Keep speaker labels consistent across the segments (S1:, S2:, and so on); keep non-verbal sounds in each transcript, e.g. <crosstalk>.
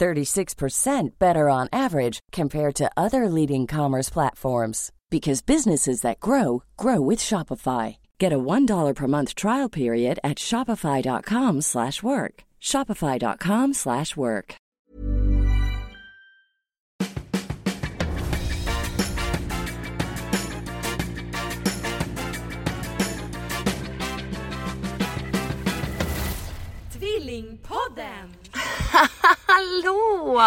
S1: 36% better on average compared to other leading commerce platforms because businesses that grow grow with Shopify. Get a $1 per month trial period at shopify.com/work. slash work. shopify.com/work. slash work.
S2: <laughs>
S3: Tvillingpodden!
S4: Hallå!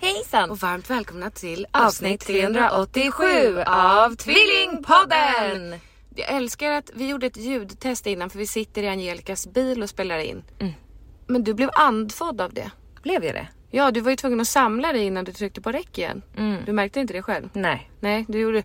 S4: Hejsan! Och varmt välkomna till avsnitt 387 av Tvillingpodden! Jag älskar att vi gjorde ett ljudtest innan för vi sitter i Angelicas bil och spelar in. Men du blev andfådd av det.
S2: Mm. Blev jag det?
S4: Ja, du var ju tvungen att samla dig innan du tryckte på räck igen. Du märkte inte det själv?
S2: Mm. Nej.
S4: Nej, du gjorde...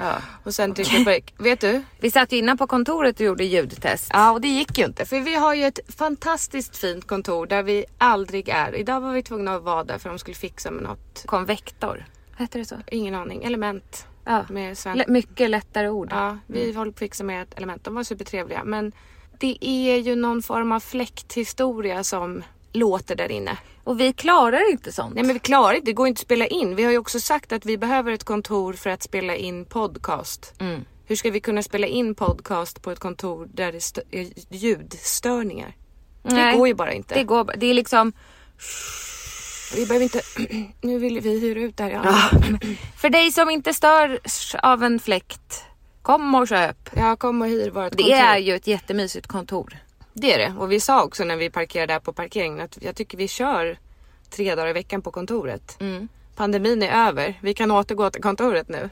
S4: Ja, och sen tryckte du på räck. Vet du?
S2: Vi satt ju innan på kontoret och gjorde ljudtest.
S4: Ja, och det gick ju inte. För vi har ju ett fantastiskt fint kontor där vi aldrig är. Idag var vi tvungna att vara där för de skulle fixa med något
S2: Konvektor. Hette det så?
S4: Ingen aning. Element.
S2: Ja. Mm.
S4: Med Sven.
S2: L- mycket lättare ord.
S4: ja, vi håller på att fixa med ett element. De var supertrevliga. Men det är ju någon form av fläkthistoria som låter där inne.
S2: Och vi klarar inte sånt.
S4: Nej men vi klarar inte, det går inte att spela in. Vi har ju också sagt att vi behöver ett kontor för att spela in podcast.
S2: Mm.
S4: Hur ska vi kunna spela in podcast på ett kontor där det stö- är ljudstörningar? Det
S2: Nej.
S4: går ju bara inte.
S2: det går bara- Det är liksom...
S4: Vi behöver inte... <clears throat> nu vill vi hyra ut det här. Ja.
S2: För dig som inte störs av en fläkt, kom och köp.
S4: Jag kommer och hyr vårt kontor.
S2: Det är ju ett jättemysigt kontor.
S4: Det är det. Och vi sa också när vi parkerade här på parkeringen att jag tycker vi kör tre dagar i veckan på kontoret. Pandemin är över. Vi kan återgå till kontoret nu.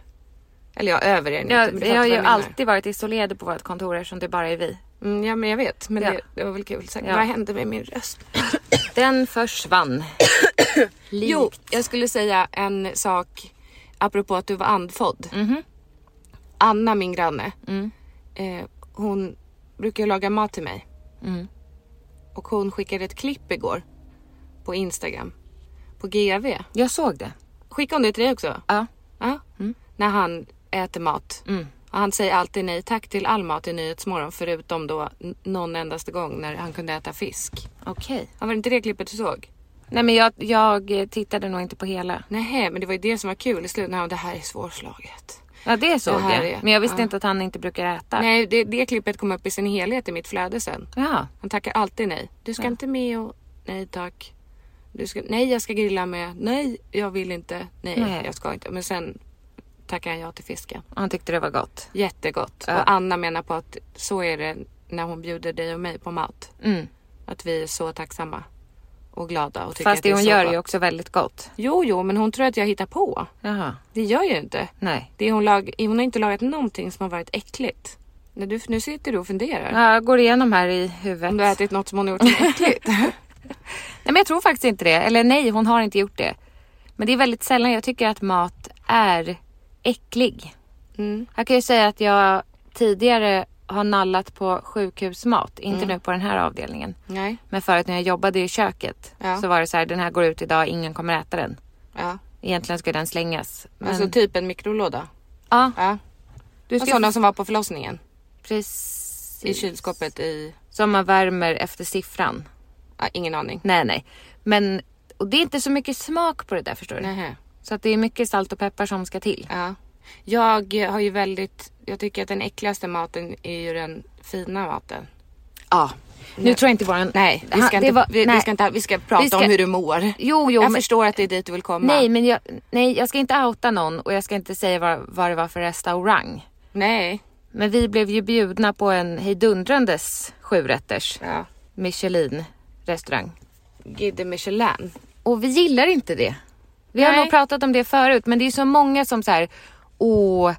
S4: Eller ja, över är ni inte, men
S2: Jag,
S4: du fattar
S2: jag har ju
S4: vad jag menar.
S2: alltid varit isolerad på vårt kontor eftersom det bara är vi.
S4: Mm, ja, men jag vet. Men
S2: Ja.
S4: det, det var väl kul. Säkert.
S2: Ja.
S4: Vad hände med min röst?
S2: Den försvann. Likt.
S4: Jo, jag skulle säga en sak apropå att du var andfådd. Anna, min granne, eh, hon brukar ju laga mat till mig. Och hon skickade ett klipp igår på Instagram, på GV.
S2: Jag såg det.
S4: Skickade hon det till dig också?
S2: Ja.
S4: Ja. När han äter mat. Och han säger alltid nej tack till all mat i Nyhetsmorgon förutom då n- någon endaste gång när han kunde äta fisk.
S2: Okej.
S4: Ja, var det inte det klippet du såg?
S2: Nej men jag, jag tittade nog inte på hela.
S4: Nej, men det var ju det som var kul i slutet. Nej, det här är svårslaget.
S2: Ja det såg
S4: Det här
S2: jag.
S4: är-
S2: Men jag visste
S4: ja.
S2: inte att han inte brukar äta.
S4: Nej, det, det klippet kom upp i sin helhet i mitt flöde sen.
S2: Ja.
S4: Han tackar alltid nej. Du ska inte med och nej tack. Du ska, nej, jag ska grilla med. Nej, jag vill inte. Nej,
S2: Nej.
S4: jag ska inte. Men sen tackar han ja till fisken.
S2: Han tyckte det var gott.
S4: Jättegott.
S2: Ja.
S4: Och Anna menar på att så är det när hon bjuder dig och mig på mat.
S2: Mm.
S4: Att vi är så tacksamma och glada och tycker
S2: Fast
S4: att det
S2: det
S4: är
S2: hon
S4: så
S2: gör är
S4: gott.
S2: ju också väldigt gott.
S4: Jo, jo, men hon tror att jag hittar på.
S2: Jaha.
S4: Det gör jag ju inte.
S2: Nej.
S4: Det hon, lag, hon har inte lagat någonting som har varit äckligt. När du, nu sitter du och funderar.
S2: Ja, Jag går igenom här i
S4: Om
S2: huvudet.
S4: du har ätit något som hon har gjort som
S2: <laughs>
S4: är äckligt.
S2: Mm, Nej men jag tror faktiskt inte det. Eller nej, hon har inte gjort det. Men det är väldigt sällan jag tycker att mat är äcklig.
S4: Mm.
S2: Jag kan ju säga att jag tidigare har nallat på sjukhusmat. Inte nu på den här avdelningen.
S4: Nej.
S2: Men förut när jag jobbade i köket
S4: Ja.
S2: så var det så här, den här går ut idag, ingen kommer äta den.
S4: Ja.
S2: Egentligen skulle den slängas. Men,
S4: Alltså typ en mikrolåda.
S2: ja,
S4: Ja.
S2: du
S4: Och
S2: ska
S4: sådana som var på förlossningen.
S2: precis.
S4: I kylskåpet i...
S2: Som man värmer efter siffran.
S4: Ja, ingen aning.
S2: Nej, nej. Men, och det är inte så mycket smak på det där förstår du.
S4: Nähä.
S2: Så att det är mycket salt och peppar som ska till.
S4: Ja. Jag har ju väldigt... Jag tycker att den äckligaste maten är ju den fina maten.
S2: Ja. Nu tror jag inte våran...
S4: Nej, vi
S2: Han-
S4: ska,
S2: det
S4: inte,
S2: var-
S4: vi, vi
S2: nej.
S4: ska inte... Vi ska prata
S2: Vi ska-
S4: om hur du mår.
S2: Jo, jo.
S4: jag
S2: men,
S4: förstår att det är dit du vill komma.
S2: nej, men jag, nej, jag ska inte outa någon och jag ska inte säga vad, vad det var för restaurang.
S4: Nej.
S2: Men vi blev ju bjudna på en hejdundrandes sjurätters
S4: Ja.
S2: Michelin-restaurang.
S4: Guide Michelin.
S2: Och vi gillar inte det. Vi har
S4: Nej.
S2: nog pratat om det förut men det är så många som så här, åh,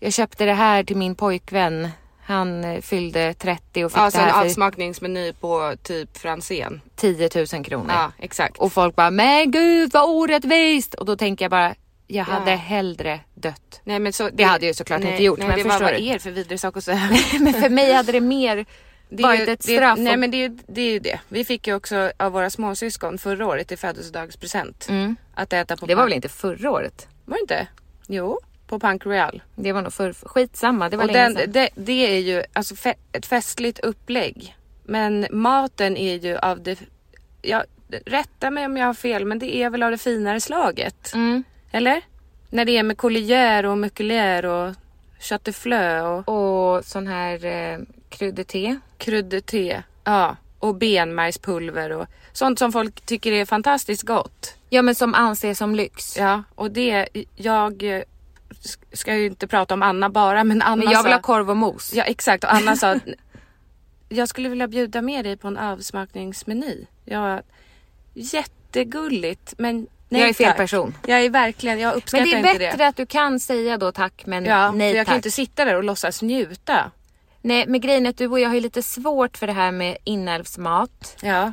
S2: jag köpte det här till min pojkvän. Han eh, fyllde 30 och fick
S4: Alltså
S2: det
S4: en
S2: här för
S4: avsmakningsmeny på typ Franzén.
S2: 10 000 kronor.
S4: Ja, exakt.
S2: Och folk bara, men gud vad orättvist! Och då tänker jag bara, Jag
S4: Ja.
S2: hade hellre dött. <laughs>
S4: Nej, men så,
S2: Det hade jag ju såklart
S4: nej,
S2: inte gjort.
S4: Nej,
S2: men
S4: det var
S2: förstår
S4: vad
S2: du?
S4: er för vidrig
S2: <laughs>
S4: sak att säga.
S2: men för mig hade det mer
S4: Det är
S2: varit
S4: ju-
S2: ett straff.
S4: Det, nej
S2: om-
S4: men det, är ju- det är ju det. Vi fick ju också av våra småsyskon förra året i födelsedagspresent
S2: mm.
S4: att äta på
S2: Det var
S4: Punk-
S2: väl inte förra året?
S4: Var det inte? Jo, på Punk Real.
S2: Det var nog för... Skitsamma, det var
S4: Och
S2: länge
S4: den,
S2: sedan.
S4: det, det är ju alltså fe, ett festligt upplägg. Men maten är ju av det... Ja, rätta mig om jag har fel men det är väl av det finare slaget.
S2: Mm.
S4: Eller? När det är med collier och mukulier och kötteflö och
S2: Och sån här eh, kryddete.
S4: kryddete. Ja, och benmärgspulver och sånt som folk tycker är fantastiskt gott.
S2: Ja men som anses som lyx.
S4: Ja, och det, jag eh, s- ska ju inte prata om Anna bara, men Anna
S2: Men jag vill
S4: sa,
S2: ha korv och mos.
S4: Ja, exakt.
S2: <laughs>
S4: Och Anna sa att jag skulle vilja bjuda med dig på en avsmakningsmeny. Jag, jättegulligt, men nej
S2: jag är fel
S4: tack.
S2: person.
S4: Jag är verkligen, jag
S2: Men
S4: uppskattar
S2: det är
S4: inte
S2: bättre
S4: det.
S2: att du kan säga då tack men
S4: Ja,
S2: nej
S4: för
S2: tack.
S4: jag kan ju inte sitta där och låtsas njuta.
S2: Nej men grejen är att du och jag har ju lite svårt för det här med inälvsmat.
S4: Ja. ja,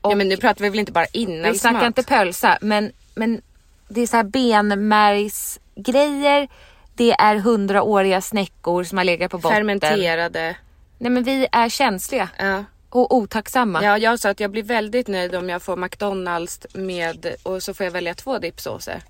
S2: Och-
S4: men nu pratar vi väl inte bara innan
S2: Vi snackar inte pölsa men, men det är så här benmärgsgrejer. Det är hundraåriga snäckor som har legat på botten.
S4: fermenterade.
S2: Nej men vi är känsliga
S4: Ja.
S2: och otacksamma.
S4: Ja, jag sa att jag blir väldigt nöjd om jag får McDonalds med och så får jag välja två dippsåser.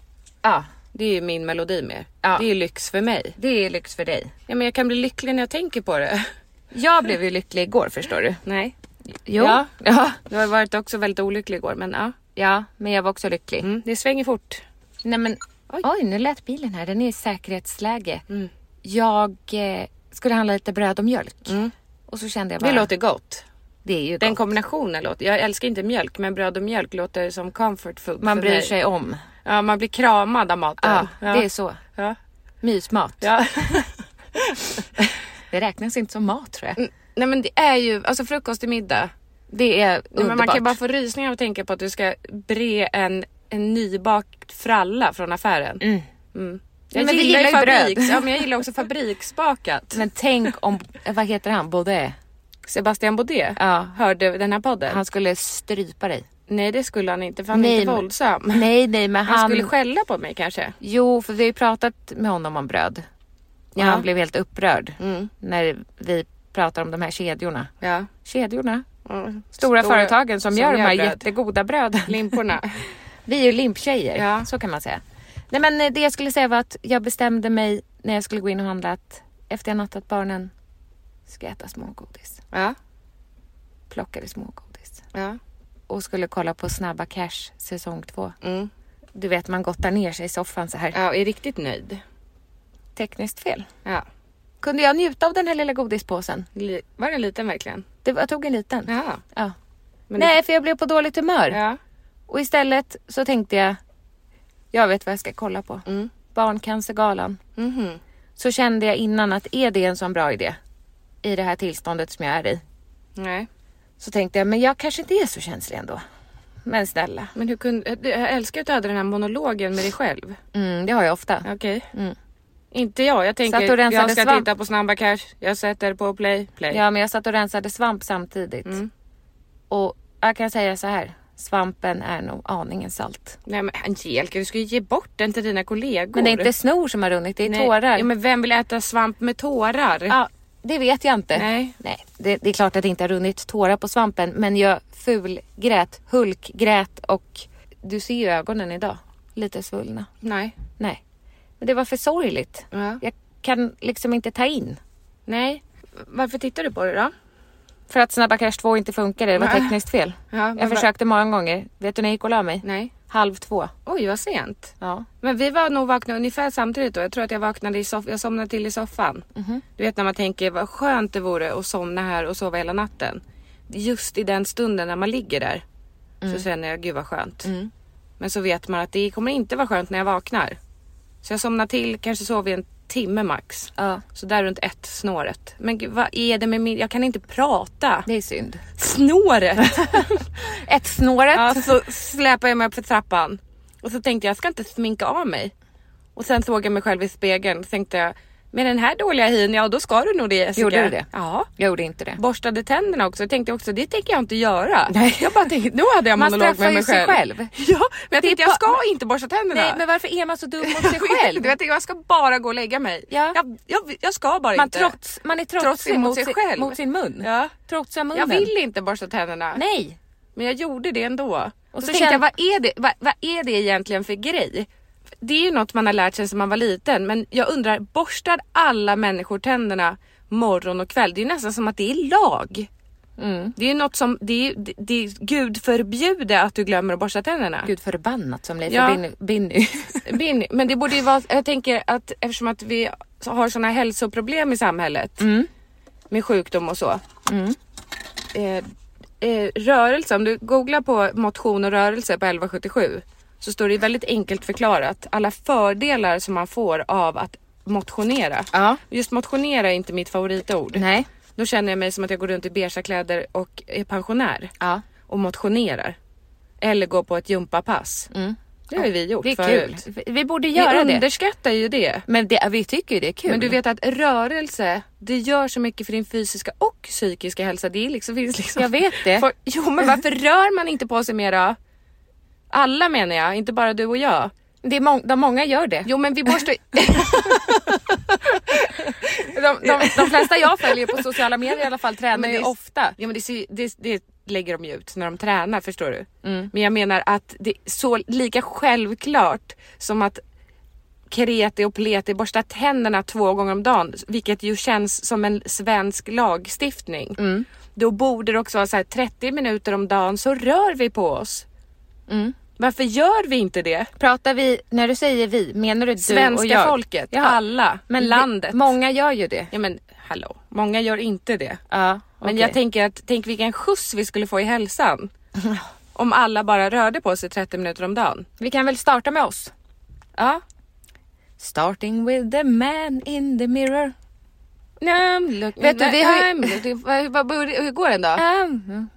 S2: Ja,
S4: Det är ju min melodi med.
S2: Ja.
S4: Det är ju lyx för mig.
S2: det är lyx för dig.
S4: Ja, men jag kan bli lycklig när jag tänker på det.
S2: <laughs> Jag blev ju lycklig igår förstår du.
S4: Nej.
S2: Jo.
S4: Ja.
S2: Ja.
S4: Du har varit också väldigt olycklig igår, men ja.
S2: ja, men jag var också lycklig.
S4: Mm, det svänger fort.
S2: Nej men
S4: Oj.
S2: oj. nu lät bilen här. Den är i säkerhetsläge.
S4: Mm.
S2: Jag eh, skulle handla lite bröd och mjölk.
S4: Mm.
S2: Och så kände jag
S4: Det
S2: bara,
S4: låter gott.
S2: det är ju
S4: Den
S2: gott.
S4: kombinationen låter. Jag älskar inte mjölk, men bröd och mjölk låter som comfort food
S2: Man
S4: för
S2: bryr
S4: mig.
S2: sig om.
S4: Ja, man blir kramad av maten.
S2: Ja,
S4: ja.
S2: det är så.
S4: ja.
S2: Mysmat. <laughs>
S4: ja.
S2: Det räknas inte som mat tror jag.
S4: Mm, Nej, men det är ju alltså frukost till middag.
S2: Det är
S4: Ja,
S2: underbart.
S4: men man kan bara få rysningar av att tänka på att du ska bre en, en nybakt fralla från affären.
S2: Mm.
S4: Mm.
S2: Nej,
S4: Jag,
S2: men vi
S4: gillar
S2: gillar ju bröd.
S4: fabriks, ja, men jag
S2: <laughs>
S4: gillar också fabriksbakat.
S2: Men tänk om, eh, vad heter han, Baudet?
S4: Sebastian Baudet
S2: Ja.
S4: hörde den här podden.
S2: Han skulle strypa dig.
S4: Nej det skulle han inte för han är
S2: Nej,
S4: inte
S2: men-
S4: våldsam.
S2: Nej, nej, men han...
S4: Han skulle skälla på mig kanske.
S2: Jo, för vi har ju pratat med honom om bröd. Och
S4: Ja.
S2: han blev helt upprörd
S4: Mm.
S2: när vi pratar om de här kedjorna.
S4: Ja.
S2: Kedjorna?
S4: Mm.
S2: Stora, företagen som, gör, de här
S4: bröd.
S2: jättegoda bröden.
S4: Limporna.
S2: <laughs> Vi är ju limptjejer,
S4: Ja.
S2: så kan man säga. Nej men eh, det jag skulle säga var att jag bestämde mig när jag skulle gå in och handla att efter jag nattat barnen ska jag äta smågodis.
S4: ja.
S2: Plockade smågodis.
S4: Ja.
S2: Och skulle kolla på Snabba Cash säsong två.
S4: Mm.
S2: Du vet man gottar ner sig i soffan så här.
S4: ja, är riktigt nöjd.
S2: Tekniskt fel.
S4: Ja.
S2: Kunde jag njuta av den här lilla godispåsen?
S4: Li- Var den liten verkligen?
S2: Det, jag tog en liten.
S4: Ja.
S2: Ja.
S4: Men
S2: Nej, för jag blev på dåligt humör.
S4: Ja.
S2: Och istället så tänkte jag, jag vet vad jag ska kolla på.
S4: Mm.
S2: Barncancergalan.
S4: Mhm.
S2: Så kände jag innan att är det en sån bra idé i det här tillståndet som jag är i?
S4: Nej.
S2: Så tänkte jag, men jag kanske inte är så känslig ändå. Men snälla.
S4: Men hur kunde... Jag älskar att du hade den här monologen med dig själv.
S2: Mm, det har jag ofta.
S4: Okej.
S2: Mm.
S4: Inte jag. Jag
S2: Satt och
S4: tänker
S2: rensade
S4: jag ska
S2: svamp.
S4: titta på Snabba Cash. Jag sätter på play. Play.
S2: Ja, men jag satt och rensade svamp samtidigt.
S4: Mm.
S2: Och jag kan säga så här, svampen är nog aningen salt.
S4: Nej men Angelica, du ska ju ge bort den till dina kollegor.
S2: Men det är inte snor som har runnit, det är
S4: Nej.
S2: tårar.
S4: Ja, men vem vill äta svamp med tårar?
S2: Ja, det vet jag inte.
S4: Ah. Nej.
S2: Nej, det, det är klart att det inte har runnit tårar på svampen men jag fulgrät, hulkgrät och du ser ju ögonen idag. Lite svullna.
S4: Nej.
S2: Nej, men det var för sorgligt.
S4: Ja.
S2: Jag kan liksom inte ta in.
S4: Nej. Varför tittar du på det då?
S2: För att Snabba Cash 2 inte funkade, det var
S4: Nej.
S2: tekniskt fel.
S4: Mm. <laughs> Ja, men
S2: Jag
S4: va-
S2: försökte många gånger. Vet du när jag gick och la mig?
S4: Nej.
S2: Halv två.
S4: Oj, vad sent.
S2: Ja.
S4: Men vi var nog vakna ungefär samtidigt då. Jag tror att jag vaknade i soffan. Jag somnade till i soffan. Du vet när man tänker vad skönt det vore att somna här och sova hela natten. Just i den stunden när man ligger där så känner jag gud vad skönt. Men så vet man att det kommer inte vara skönt när jag vaknar. Så jag somnar till, kanske sover i en timme max.
S2: ja.
S4: Så där runt ett, snåret. Men gud, vad är det med min... Jag kan inte prata.
S2: Det är synd.
S4: Snåret!
S2: Ett snåret.
S4: Ja, så släpade jag mig upp för trappan. Och så tänkte jag, jag ska inte sminka av mig. Och sen såg jag mig själv i spegeln och tänkte jag, Med den här dåliga hyn, ja då ska du nog det Jessica.
S2: Gjorde du det?
S4: Ja.
S2: Jag gjorde inte det.
S4: Borstade tänderna också, jag tänkte också det tänker jag inte göra.
S2: Nej.
S4: Jag bara tänkte, nu hade jag
S2: Man
S4: monolog
S2: straffar
S4: med
S2: ju
S4: mig
S2: sig
S4: själv.
S2: själv.
S4: <laughs> Ja, men jag
S2: Det är
S4: tänkte jag
S2: ba-
S4: ska inte borsta tänderna.
S2: Nej men varför är man så dum mot sig själv?
S4: <laughs> jag tänkte jag ska bara gå och lägga mig.
S2: Ja.
S4: Jag, jag, jag ska bara
S2: Man,
S4: inte.
S2: trots, man är trotsig,
S4: Trotsig mot sig själv.
S2: mot sin mun.
S4: Ja.
S2: Trotsa munnen.
S4: Jag vill inte borsta tänderna.
S2: Nej.
S4: Men jag gjorde det ändå. Och så,
S2: så
S4: tänkte
S2: känn-
S4: jag, vad är, det, vad, vad är det egentligen för grej? Det är ju något man har lärt sig sedan man var liten, men jag undrar, borstar alla människor tänderna morgon och kväll? Det är ju nästan som att det är lag. Det är ju något som, det är, det, det, Gud förbjude att du glömmer att borsta tänderna.
S2: Gud förbannat som Leif
S4: Ja.
S2: och Binny- Binny.
S4: Bin, men det borde ju vara, jag tänker att eftersom att vi har sådana hälsoproblem i samhället
S2: Mm.
S4: med sjukdom och så. Eh, eh, rörelse, om du googlar på motion och rörelse på 1177 så står det väldigt enkelt förklarat alla fördelar som man får av att motionera.
S2: Ja.
S4: Just motionera är inte mitt
S2: <laughs>
S4: favoritord.
S2: Nej.
S4: Då känner jag mig som att jag går runt i beiga kläder och är pensionär
S2: Ja.
S4: och motionerar. Eller går på ett gympapass. Det har ju vi gjort
S2: Mm. Det är
S4: förut.
S2: kul. Vi- Vi borde
S4: Vi
S2: göra det.
S4: underskattar ju det.
S2: Men det, vi tycker ju det är kul.
S4: Men du vet att rörelse, det gör så mycket för din fysiska och psykiska hälsa. Det är liksom, finns liksom...
S2: Jag vet det.
S4: För, jo <laughs> men varför rör man inte på sig mera? Alla menar jag, inte bara du och jag.
S2: det är mång- de många gör det.
S4: Jo men vi <laughs> borstar de, de,
S2: De flesta jag följer på sociala medier i alla fall tränar
S4: Men
S2: ju
S4: det är-
S2: ofta.
S4: Ja men det, ser- det, det lägger de ju ut när de tränar förstår du. Men jag menar att det är så lika självklart som att kreti och pleti borsta tänderna två gånger om dagen, vilket ju känns som en svensk lagstiftning. Då borde det också vara så här 30 minuter om dagen så rör vi på oss. Varför gör vi inte det?
S2: Pratar vi, när du säger vi, menar du du och
S4: Svenska
S2: jag?
S4: folket,
S2: Ja.
S4: alla, men
S2: vi-
S4: landet.
S2: Många gör ju det.
S4: ja men hallå, många gör inte det.
S2: Ja,
S4: Men
S2: okej.
S4: jag tänker att tänk vilken skjuts vi skulle få i <laughs> hälsan. Om alla bara rörde på sig 30 minuter om dagen.
S2: Vi kan väl starta med oss?
S4: Ja.
S2: Starting with the man in the mirror.
S4: Nej, look,
S2: Vet du, vi har ju-
S4: Nej, look, vad- vad- vad- hur går den då?
S2: Um,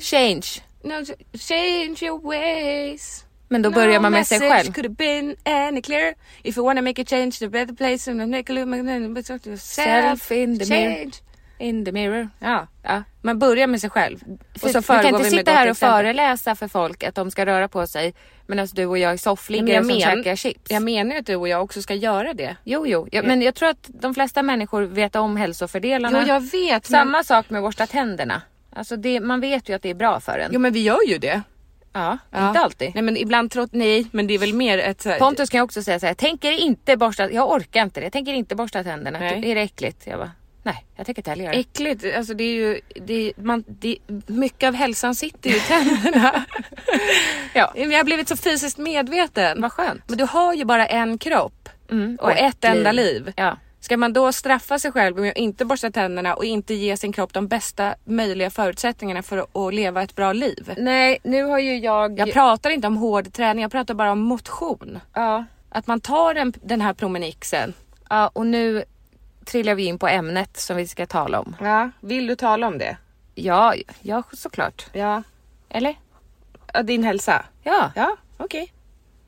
S2: change.
S4: No, change your ways.
S2: Men då börjar man med sig själv.
S4: could have been any clearer. If you wanna make a change to a better place and make a look at yourself.
S2: Self in the mirror.
S4: Change.
S2: In the mirror.
S4: Ja,
S2: Ja.
S4: man börjar med sig själv. Och så
S2: vi kan
S4: föregår
S2: inte
S4: vi med
S2: sitta
S4: gott
S2: här och
S4: exempel.
S2: föreläsa för folk att de ska röra på sig medan du och jag är
S4: Men
S2: soffliggare
S4: jag
S2: som
S4: men-
S2: käkar chips.
S4: Jag menar ju att du och jag också ska göra det.
S2: Jo, jo, ja, men jag tror att de flesta människor vet om hälsofördelarna.
S4: Jo, jag vet. men-
S2: Samma sak med borsta tänderna. Alltså det, man vet ju att det är bra för en.
S4: Jo men vi gör ju det.
S2: ja,
S4: Ja.
S2: inte alltid.
S4: Nej men ibland trott nej men det är väl mer ett så här,
S2: Pontus kan ju också säga så här, jag tänker inte borsta, jag orkar inte det, jag tänker inte borsta tänderna, Typ,
S4: Nej.
S2: är det äckligt? Jag bara, nej jag tänker inte heller göra det.
S4: äckligt, alltså det är ju, det är, man, det, mycket av hälsan sitter ju i <laughs> tänderna.
S2: Ja.
S4: Men Jag har blivit så fysiskt medveten.
S2: Vad skönt.
S4: Men du har ju bara en kropp
S2: Mm,
S4: och ett enda liv.
S2: Ja.
S4: Ska man då straffa sig själv med att inte borsta tänderna och inte ge sin kropp de bästa möjliga förutsättningarna för att, att leva ett bra liv?
S2: Nej, nu har ju jag...
S4: Jag pratar inte om hård träning, jag pratar bara om motion.
S2: ja.
S4: Att man tar den, den här promenixen.
S2: ja, och nu trillar vi in på ämnet som vi ska tala om.
S4: Ja. Vill du tala om det?
S2: Ja, ja såklart.
S4: Ja.
S2: Eller?
S4: Din hälsa?
S2: Ja.
S4: Ja, okej.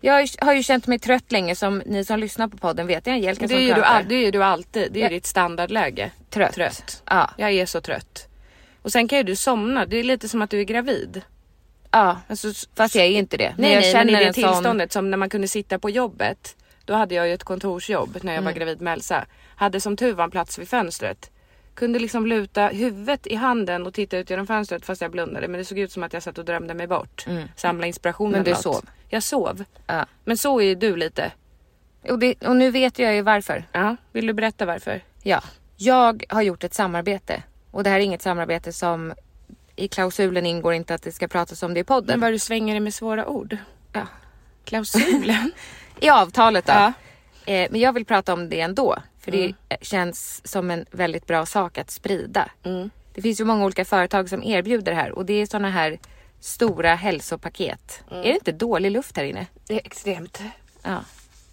S2: Jag har ju- har ju känt mig trött länge som ni som lyssnar på podden vet. Jag är Angelica
S4: Det
S2: som
S4: är, ju du,
S2: pratar.
S4: all- det är ju du alltid. Det är ju
S2: Jag-
S4: ditt standardläge.
S2: Trött.
S4: Trött.
S2: Ja.
S4: Jag är så trött. Och sen kan ju du somna. Det är lite som att du är gravid.
S2: Ja,
S4: Alltså, s-
S2: fast jag är inte det.
S4: nej,
S2: jag
S4: nej, men i det
S2: en sån-
S4: tillståndet som när man kunde sitta på jobbet. Då hade jag ju ett kontorsjobb när jag var gravid med Elsa. Hade som tur var en plats vid fönstret. Kunde liksom luta huvudet i handen och titta ut genom fönstret fast jag blundade. Men det såg ut som att jag satt och drömde mig bort. Samla inspiration
S2: Men
S4: eller
S2: du
S4: något.
S2: sov?
S4: Jag Mm. sov.
S2: Ja.
S4: Men så är ju du lite.
S2: Och, det, och nu vet jag ju varför.
S4: Ja. Vill du berätta varför?
S2: Ja. Jag har gjort ett samarbete. Och det här är inget samarbete som i klausulen ingår inte att det ska pratas om det i podden.
S4: Men vad du svänger dig med svåra ord.
S2: Ja.
S4: <laughs> Klausulen.
S2: I avtalet då.
S4: Ja. Mm.
S2: Eh, men jag vill prata om det ändå. För det eh, känns som en väldigt bra sak att sprida.
S4: Mm.
S2: Det finns ju många olika företag som erbjuder det här och det är sådana här stora hälsopaket.
S4: Mm.
S2: Är det inte dålig luft här inne?
S4: Det är extremt.
S2: Ja.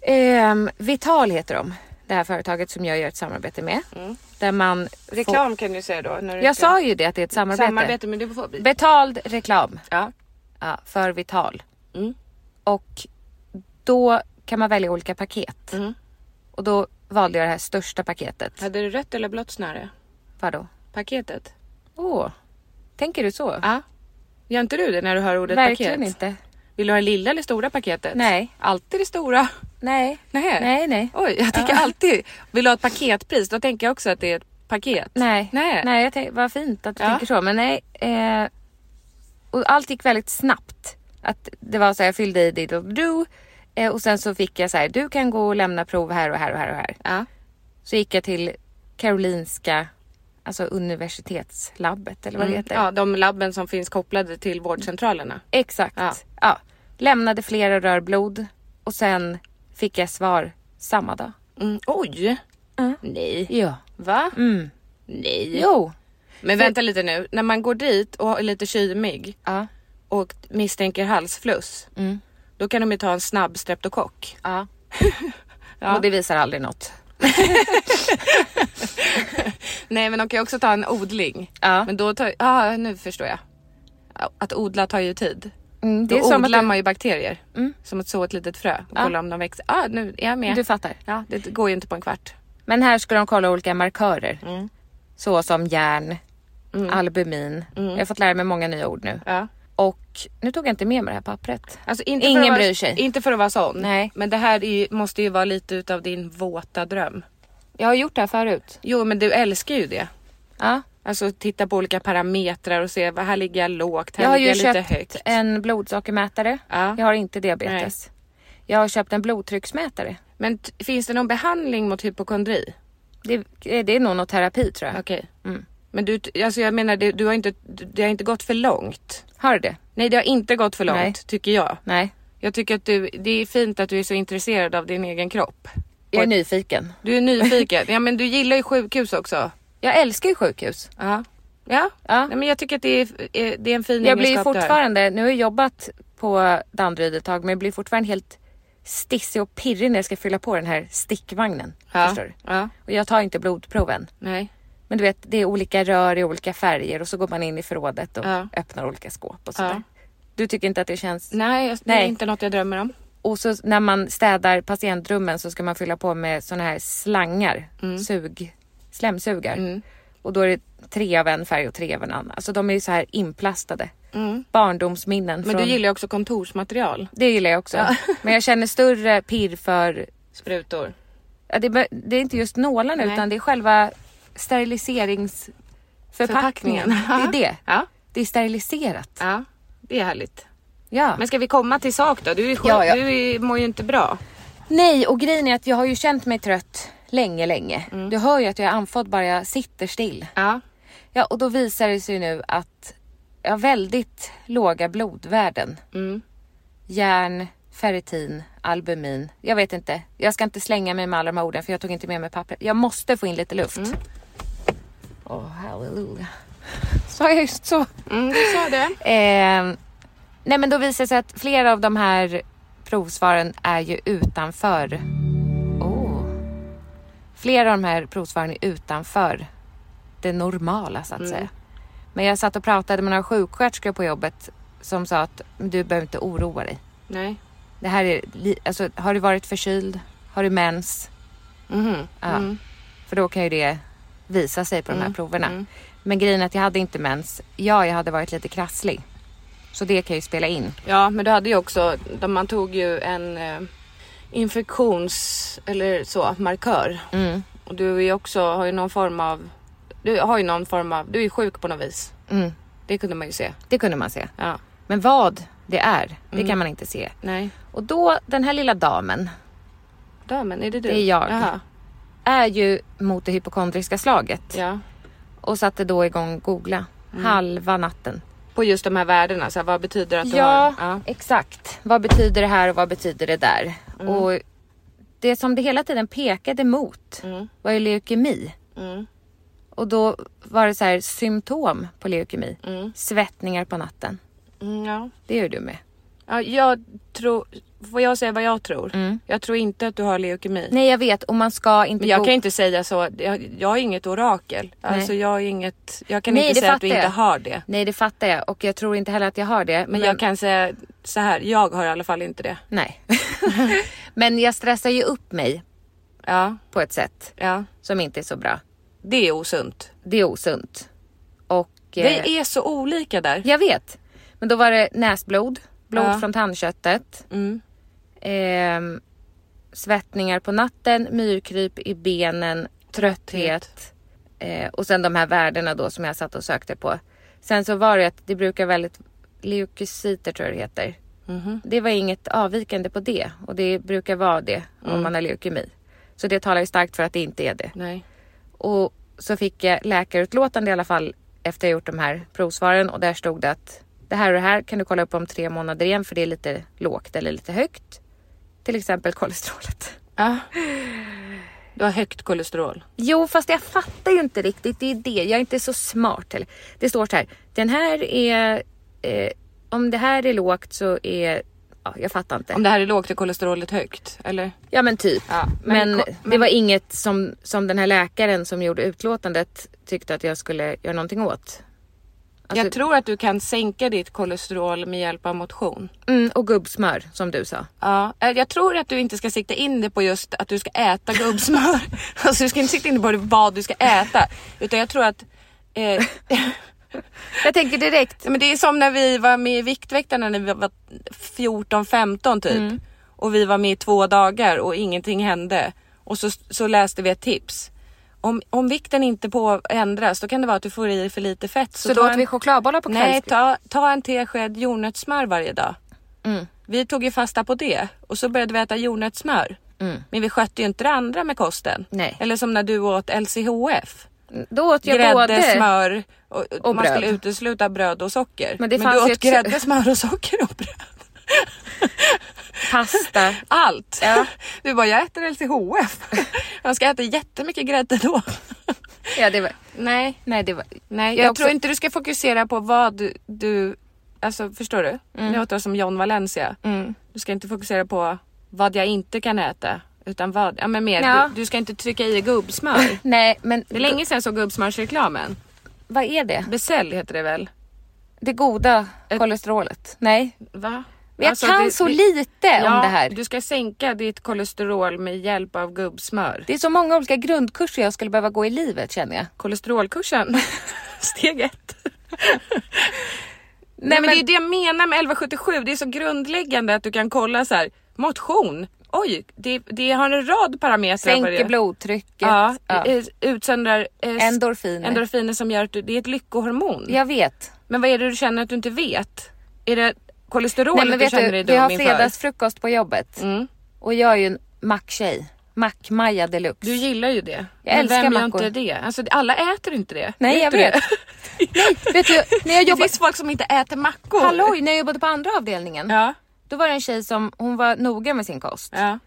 S2: Ehm, Vital heter de. Det här företaget som jag gör ett samarbete med. Där man... får-
S4: Mm. Reklam kan du säga då. När du
S2: Jag
S4: ska-
S2: sa ju det att det är ett samarbete.
S4: samarbete men du får bli.
S2: Betald reklam
S4: Ja.
S2: ja, för Vital.
S4: Mm. Mm.
S2: Och då kan man välja olika paket. Och då valde jag det här största paketet.
S4: Hade du rött eller blått snöre?
S2: Vadå?
S4: Paketet?
S2: Åh, tänker du så?
S4: Ja. Gör inte du det när du hör ordet
S2: Verkligen
S4: paket?
S2: inte.
S4: Vill du ha det lilla eller stora paketet?
S2: Nej.
S4: Alltid det stora.
S2: Nej.
S4: Nej.
S2: Nej, nej.
S4: Oj, jag tänker alltid. Vill du ha ett paketpris? Då tänker jag också att det är ett paket.
S2: Nej,
S4: Nej.
S2: nej jag tänk, vad fint att du
S4: Ja.
S2: tänker så. Men nej. Eh, och allt gick väldigt snabbt. Att det var så här, jag fyllde i det och du. Eh, och sen så fick jag så här, du kan gå och lämna prov här och här och här och här.
S4: Ja.
S2: Så gick jag till Karolinska, alltså universitetslabbet eller vad det heter.
S4: Mm. Ja, de labben som finns kopplade till vårdcentralerna.
S2: Exakt. Ja.
S4: Ja.
S2: Lämnade flera rör blod och sen fick jag svar samma dag.
S4: Mm. Oj!
S2: Ja.
S4: Nej.
S2: Ja.
S4: Va?
S2: Mm.
S4: Nej.
S2: Jo.
S4: Men vänta lite nu. När man går dit och är lite kymig
S2: Ja.
S4: och misstänker halsfluss.
S2: Mm.
S4: Då kan de ju ta en snabb streptokock.
S2: <laughs> Ja. Och det visar aldrig något.
S4: Nej men de kan ju också ta en odling.
S2: Ja.
S4: Men då tar Ja ah, nu förstår jag. Att odla tar ju tid.
S2: Mm,
S4: Det
S2: det är
S4: då
S2: som att
S4: odlar
S2: du,
S4: man ju bakterier.
S2: Mm.
S4: Som att så ett litet frö och
S2: Ja.
S4: kolla om de växer. Ja ah, nu är jag med.
S2: du fattar.
S4: Ja det går ju inte på en kvart.
S2: Men här skulle de kolla olika markörer.
S4: Mm.
S2: Så som järn, Mm. albumin. Jag har fått lära mig många nya ord nu.
S4: Ja.
S2: Och nu tog jag inte med mig det här pappret.
S4: Alltså, inte
S2: Ingen
S4: för att vara,
S2: bryr sig.
S4: Inte för att vara sån.
S2: Nej.
S4: Men det här är ju, måste ju vara lite utav din våta dröm.
S2: Jag har gjort det här förut.
S4: Jo men du älskar ju det.
S2: Ja.
S4: Alltså titta på olika parametrar och se vad här ligger jag lågt, här
S2: Jag har
S4: ligger
S2: ju
S4: jag lite
S2: köpt
S4: högt.
S2: en blodsockermätare.
S4: Ja.
S2: Jag har inte diabetes. Jag har köpt en blodtrycksmätare.
S4: Men t- finns det någon behandling mot hypokondri?
S2: Det, eh, det är nog någon terapi tror jag.
S4: Okej.
S2: Mm.
S4: Men du, t- alltså jag menar det, du har inte, det har inte gått för långt.
S2: Har du det?
S4: Nej det har inte gått för långt
S2: Nej.
S4: tycker jag.
S2: Nej.
S4: Jag tycker att du, det är fint att du är så intresserad av din egen kropp.
S2: Jag är nyfiken.
S4: Du
S2: <laughs>
S4: är nyfiken. ja men du gillar ju sjukhus också.
S2: Jag älskar ju sjukhus.
S4: Ja. Ja.
S2: Ja.
S4: Nej, men jag tycker att det är, eh, det är en fin
S2: Jag blir ju
S4: egenskap du har.
S2: fortfarande, nu har jag jobbat på Danderyd ett tag men jag blir fortfarande helt stissig och pirrig när jag ska fylla på den här stickvagnen.
S4: Ja.
S2: Förstår du?
S4: ja.
S2: Och jag tar inte blodproven.
S4: Nej.
S2: Men du vet, det är olika rör i olika färger och så går man in i förrådet och
S4: Ja.
S2: öppnar olika skåp och
S4: Ja.
S2: sådär. Du tycker inte att det känns...
S4: Nej, jag, det är
S2: Nej.
S4: inte något jag drömmer om.
S2: Och så när man städar patientrummen så ska man fylla på med såna här slangar, sug, slemsugar. Och då är det tre av en färg och tre av en annan. Alltså de är ju så här inplastade.
S4: Mm.
S2: Barndomsminnen
S4: Men
S2: från...
S4: du gillar ju också kontorsmaterial.
S2: Det gillar jag också. <laughs> Men jag känner större pirr för,
S4: Sprutor.
S2: ja, det, be- det är inte just nålarna
S4: Nej.
S2: utan det är själva steriliseringsförpackningen.
S4: Förpackningen.
S2: Det är det.
S4: Ja.
S2: Det är steriliserat.
S4: Ja, det är härligt.
S2: Ja.
S4: Men ska vi komma till sak då? Du, är sjuk,
S2: Ja, ja.
S4: du är, mår ju inte bra.
S2: Nej, och grejen är att jag har ju känt mig trött länge, länge. Du hör ju att jag är andfådd bara jag sitter still.
S4: Ja.
S2: Ja, och då visar det sig nu att jag har väldigt låga blodvärden.
S4: Mm.
S2: Järn, ferritin, albumin. Jag vet inte. Jag ska inte slänga mig med alla de här orden för jag tog inte med mig papper. Jag måste få in lite luft. Åh, halleluja. <laughs> Sa jag just så?
S4: Mm, du sa det.
S2: Eh, nej men då visar det sig att flera av de här provsvaren är ju utanför. Oh. Flera av de här provsvaren är utanför det normala så att
S4: Mm.
S2: säga. Men jag satt och pratade med några sjuksköterskor på jobbet som sa att du behöver inte oroa dig.
S4: Nej.
S2: Det här är, li- alltså har du varit förkyld? Har du mens?
S4: Mhm.
S2: Ja.
S4: Mm.
S2: För då kan ju det visa sig på de här proverna.
S4: mm.
S2: Men grejen är att jag hade inte mens. Ja, jag hade varit lite krasslig. Så det kan ju spela in.
S4: Ja, men du hade ju också, de- man tog ju en eh, infektions eller så markör
S2: Mm.
S4: och du är ju också, har ju någon form av, du har ju någon form av, du är ju sjuk på något vis.
S2: Mm.
S4: Det kunde man ju se.
S2: Det kunde man se.
S4: Ja. Mm.
S2: Men vad det är, det kan man inte se.
S4: Nej.
S2: Och då, den här lilla damen
S4: Damen, är det du?
S2: Det är jag.
S4: Jaha.
S2: är ju mot det hypokondriska slaget
S4: Ja.
S2: och satte då igång googla
S4: Mm.
S2: halva natten.
S4: På just de här värdena, så här, vad betyder att du
S2: Ja,
S4: har... Ja.
S2: exakt. Vad betyder det här och vad betyder det där?
S4: Mm.
S2: Och det som det hela tiden pekade mot
S4: Mm.
S2: var ju leukemi.
S4: Mm.
S2: Och då var det så här symptom på leukemi.
S4: Mm.
S2: Svettningar på natten.
S4: Mm, ja.
S2: Det gör du med.
S4: Ja, jag tror... Får jag säga vad jag tror?
S2: Mm.
S4: Jag tror inte att du har leukemi.
S2: Nej jag vet och man ska inte
S4: Men jag
S2: go-
S4: kan inte säga så. Jag, jag är inget orakel. Alltså jag är inget... Jag kan
S2: Nej, det
S4: inte säga att du
S2: fattar
S4: inte
S2: jag.
S4: har det.
S2: Nej det fattar jag och jag tror inte heller att jag har det.
S4: Men jag kan säga
S2: <laughs>
S4: så här. Jag har i alla fall inte det.
S2: Nej. men jag stressar ju upp mig
S4: Ja,
S2: på ett sätt
S4: ja.
S2: som inte är så bra.
S4: Det är osunt.
S2: Det är osunt. Och... eh,
S4: Vi är så olika där.
S2: Jag vet. Men då var det näsblod, blod
S4: Ja.
S2: från tandköttet,
S4: Mm.
S2: ehm, svettningar på natten, myrkryp i benen, trötthet eh, och sen de här värdena då som jag satt och sökte på. Sen så var det att det brukar väldigt, leukocyter tror jag det heter.
S4: Mm, mhm.
S2: Det var inget avvikande på det och det brukar vara det om man har leukemi. Så det talar ju starkt för att det inte är det.
S4: Nej.
S2: Och så fick jag läkarutlåtande i alla fall efter jag gjort de här provsvaren och där stod det att det här och det här kan du kolla upp om tre månader igen för det är lite lågt eller lite högt. Till exempel kolesterolet.
S4: Ja. Du har högt kolesterol.
S2: Jo, fast jag fattar ju inte riktigt. Det är det. Jag är inte så smart. Eller. Det står så här. Den här är... Eh, om det här är lågt så är... Ja, jag fattar inte.
S4: Om det här är lågt är kolesterolet högt, eller?
S2: Ja men typ.
S4: Ja, men
S2: men
S4: ko-
S2: det var inget som, som den här läkaren som gjorde utlåtandet tyckte att jag skulle göra någonting åt. Alltså-
S4: jag tror att du kan sänka ditt kolesterol med hjälp av motion.
S2: Mm, och gubbsmör som du sa.
S4: Ja, eh, jag tror att du inte ska sikta in dig på just att du ska
S2: <laughs>
S4: äta gubbsmör. alltså du ska inte sikta in dig på vad du ska äta. Utan jag tror att...
S2: <laughs>
S4: Eh,
S2: Jag tänker direkt.
S4: Ja, men det är som när vi var med i Viktväktarna när vi var 14-15 typ.
S2: Mm.
S4: Och vi var med i två dagar och ingenting hände. Och så, så läste vi ett tips. Om, om vikten inte på ändras då kan det vara att du får i dig för lite fett.
S2: Så, då
S4: ta
S2: åt
S4: en-
S2: vi chokladbollar på
S4: Nej,
S2: kvällskvisten.
S4: ta, ta en tesked jordnötssmör varje dag.
S2: Mm.
S4: Vi tog ju fasta på det och så började vi äta jordnötssmör. Men vi skötte ju inte det andra med kosten.
S2: Mm. Nej.
S4: Eller som när du åt LCHF.
S2: Då åt jag
S4: grädde,
S2: både.
S4: smör och,
S2: och
S4: man
S2: bröd.
S4: skulle utesluta bröd och socker.
S2: Men det
S4: du
S2: fanns ju
S4: åt
S2: ett-
S4: grädde, smör och socker och bröd. <laughs>
S2: Pasta.
S4: Allt!
S2: Ja.
S4: Du bara, jag äter LCHF. Man ska äta jättemycket grädde då.
S2: Ja, det var...
S4: Nej,
S2: Nej, det var...
S4: nej.
S2: Jag
S4: Jag,
S2: också-
S4: tror inte du ska fokusera på vad du, du alltså förstår du?
S2: Mm.
S4: Nu låter jag som John Valencia. Du ska inte fokusera på vad jag inte kan äta. Utan vad, ja men mer,
S2: Ja.
S4: du, du ska inte trycka i gubbsmör.
S2: Nej, men...
S4: Det är länge sedan jag såg gubbsmörsreklamen.
S2: Vad är det?
S4: Besell heter det väl?
S2: Det goda kolesterolet? Nej.
S4: Va?
S2: Men jag
S4: Alltså,
S2: kan
S4: det-
S2: så
S4: det-
S2: lite om
S4: Ja,
S2: det här.
S4: Du ska sänka ditt kolesterol med hjälp av gubbsmör.
S2: Det är så många olika grundkurser jag skulle behöva gå i livet känner jag.
S4: Kolesterolkursen, <laughs> steg ett. Nej,
S2: Nej,
S4: men, det är
S2: men-
S4: det jag menar med 1177, det är så grundläggande att du kan kolla så här, motion, oj, det, det har en rad parametrar. på det.
S2: Sänker blodtrycket.
S4: Ja,
S2: Ja.
S4: eh, utsöndrar eh, s-
S2: Endorfiner.
S4: endorfiner som gör att du, det är ett lyckohormon.
S2: Jag vet.
S4: Men vad är det du känner att du inte vet? Är det kolesterolet
S2: Nej, men
S4: du
S2: vet
S4: känner
S2: du,
S4: dig
S2: vi
S4: dum
S2: har
S4: inför?
S2: fredagsfrukost på jobbet.
S4: Mm.
S2: Och jag är ju en macktjej. Mack-Maja deluxe.
S4: Du gillar ju det.
S2: Jag
S4: men
S2: älskar
S4: vem gör
S2: mackor.
S4: inte det? Alltså alla äter inte det.
S2: Nej, jag
S4: du
S2: vet.
S4: det?
S2: Nej, vet du, när jag
S4: <laughs> Det
S2: jobbade...
S4: finns folk som inte äter mackor.
S2: Halloj, när jag jobbade på andra avdelningen.
S4: Ja,
S2: Då var det en tjej som hon var noga med sin kost.
S4: ja.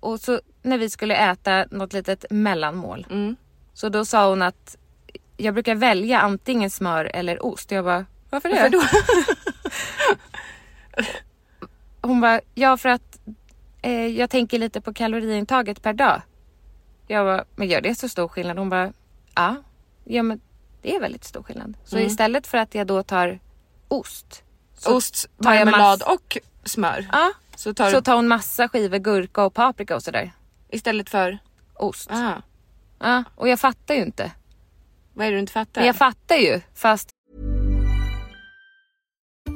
S2: Och så när vi skulle äta något litet mellanmål.
S4: Mm.
S2: Så då sa hon att jag brukar välja antingen smör eller ost. Jag bara, varför det?
S4: Varför <laughs> då?
S2: Hon bara, ja för att eh, jag tänker lite på kaloriintaget per dag. Jag bara, men gör det så stor skillnad? Hon bara, ja. Ja men det är väldigt stor skillnad. Så
S4: Mm.
S2: istället för att jag då tar ost. Så
S4: Ost,
S2: tar jag
S4: marmelad
S2: mass-
S4: och smör.
S2: Ja,
S4: Så tar
S2: så
S4: du
S2: tar hon massa skivor gurka och paprika och sådär.
S4: istället för...
S2: Ost.
S4: Ah,
S2: Ja, och jag fattar ju inte.
S4: vad är det du inte fattar?
S2: Men jag fattar ju fast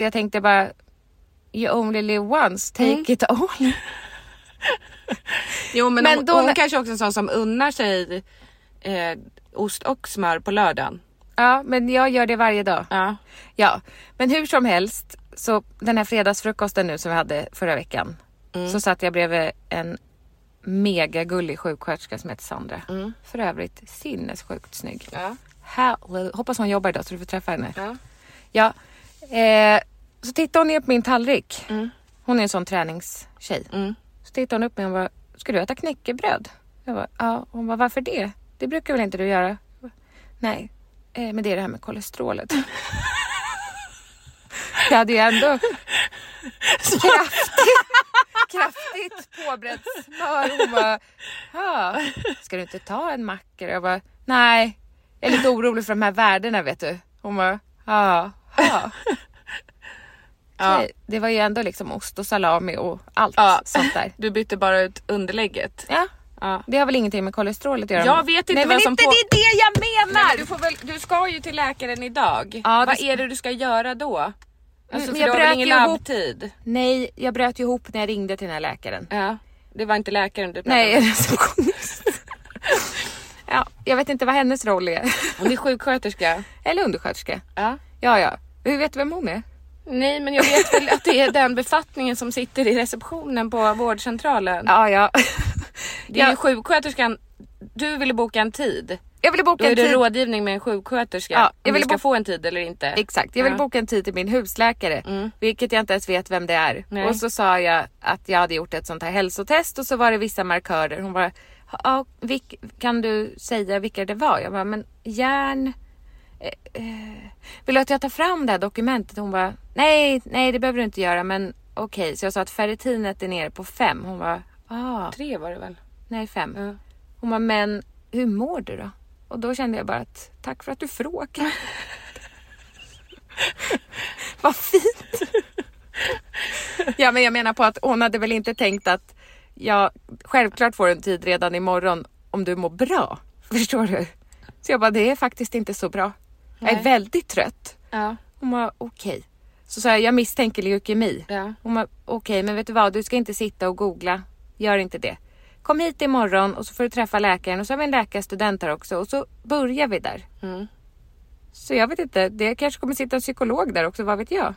S2: jag tänkte bara You only live once, take
S4: Mm.
S2: it all.
S4: Jo men,
S2: Men
S4: hon,
S2: då-
S4: hon kanske också är en sån som unnar sig eh, ost och smör på lördagen.
S2: Ja, men jag gör det varje dag.
S4: Ja.
S2: Ja, men hur som helst, så den här fredagsfrukosten nu som vi hade förra veckan. Så satt jag bredvid en megagullig sjuksköterska som heter Sandra. För övrigt sinnessjukt snygg.
S4: Ja.
S2: Hallel- Hoppas hon jobbar idag så du får träffa henne. Ja. Eh, så tittar hon ner på min tallrik. Hon är en sån träningstjej. Så tittade hon upp på mig och hon bara, ska du äta knäckebröd? Jag bara, ja. Hon bara, varför det? Det brukar väl inte du göra? Jag bara, Nej, eh, men det är det här med kolesterolet. Jag hade ju
S4: <laughs>
S2: ändå kraftigt, kraftigt påbrett smör. Hon bara, ja, ska du inte ta en macka? Jag bara, nej, jag är lite orolig för de här värdena vet du. Hon bara, ja,
S4: <laughs>
S2: ja.
S4: Ja.
S2: Okej, Det var ju ändå liksom ost och salami och allt
S4: Ja.
S2: sånt där.
S4: Du bytte bara ut underlägget.
S2: Ja.
S4: Ja.
S2: Det har väl ingenting med kolesterolet att göra?
S4: Jag vet inte
S2: Nej,
S4: vad
S2: men
S4: som
S2: inte
S4: på-
S2: det är det jag menar!
S4: Nej, men du, får väl, du ska ju till läkaren idag.
S2: Ja,
S4: Vad
S2: det-
S4: är det du ska göra då? Alltså,
S2: men jag
S4: för jag du har
S2: bröt
S4: väl ingen
S2: ju ihop-
S4: labbtid?
S2: Nej, jag bröt ju ihop när jag ringde till den här läkaren.
S4: Ja. Det var inte läkaren du pratade
S2: Nej,
S4: med.
S2: receptionist. <laughs> ja, jag vet inte vad hennes roll är.
S4: Hon är sjuksköterska.
S2: Eller undersköterska.
S4: Ja.
S2: Ja, ja. Hur vet du vem hon är?
S4: Nej men jag vet väl att det är den befattningen som sitter i receptionen på vårdcentralen.
S2: Ja, ja.
S4: Det är
S2: Ja.
S4: ju sjuksköterskan, du ville boka en tid.
S2: Jag ville
S4: Då
S2: boka
S4: är
S2: en
S4: det
S2: tid.
S4: rådgivning med en sjuksköterska.
S2: Ja, jag
S4: om
S2: ville
S4: du ska
S2: bo-
S4: få en tid eller inte.
S2: Exakt, jag ville
S4: Ja. Mm.
S2: boka en tid till min husläkare, vilket jag inte ens vet vem det är.
S4: Nej.
S2: Och så sa jag att jag hade gjort ett sånt här hälsotest och så var det vissa markörer. Hon bara, ja, vilk, kan du säga vilka det var? Jag bara, men järn... eh, eh, vill du att jag tar fram det här dokumentet? Hon bara, nej, nej det behöver du inte göra, men okej. Så jag sa att ferritinet är nere på fem. Hon bara, ah,
S4: Tre var det väl?
S2: nej fem.
S4: Ja.
S2: Hon bara, men hur mår du då? Och då kände jag bara att tack för att du frågar. <laughs> Vad fint! ja, men jag menar på att hon hade väl inte tänkt att jag självklart får en tid redan imorgon om du mår bra. Förstår du? Så jag bara, det är faktiskt inte så bra. Jag är
S4: Nej.
S2: väldigt trött.
S4: Ja.
S2: Hon bara, okej. Så sa jag, jag misstänker leukemi.
S4: Ja.
S2: Hon bara, okej men vet du vad, du ska inte sitta och googla. Gör inte det. Kom hit imorgon och så får du träffa läkaren och så har vi en läkarstudent här också och så börjar vi där. Så jag vet inte, det kanske kommer sitta en psykolog där också, vad vet jag?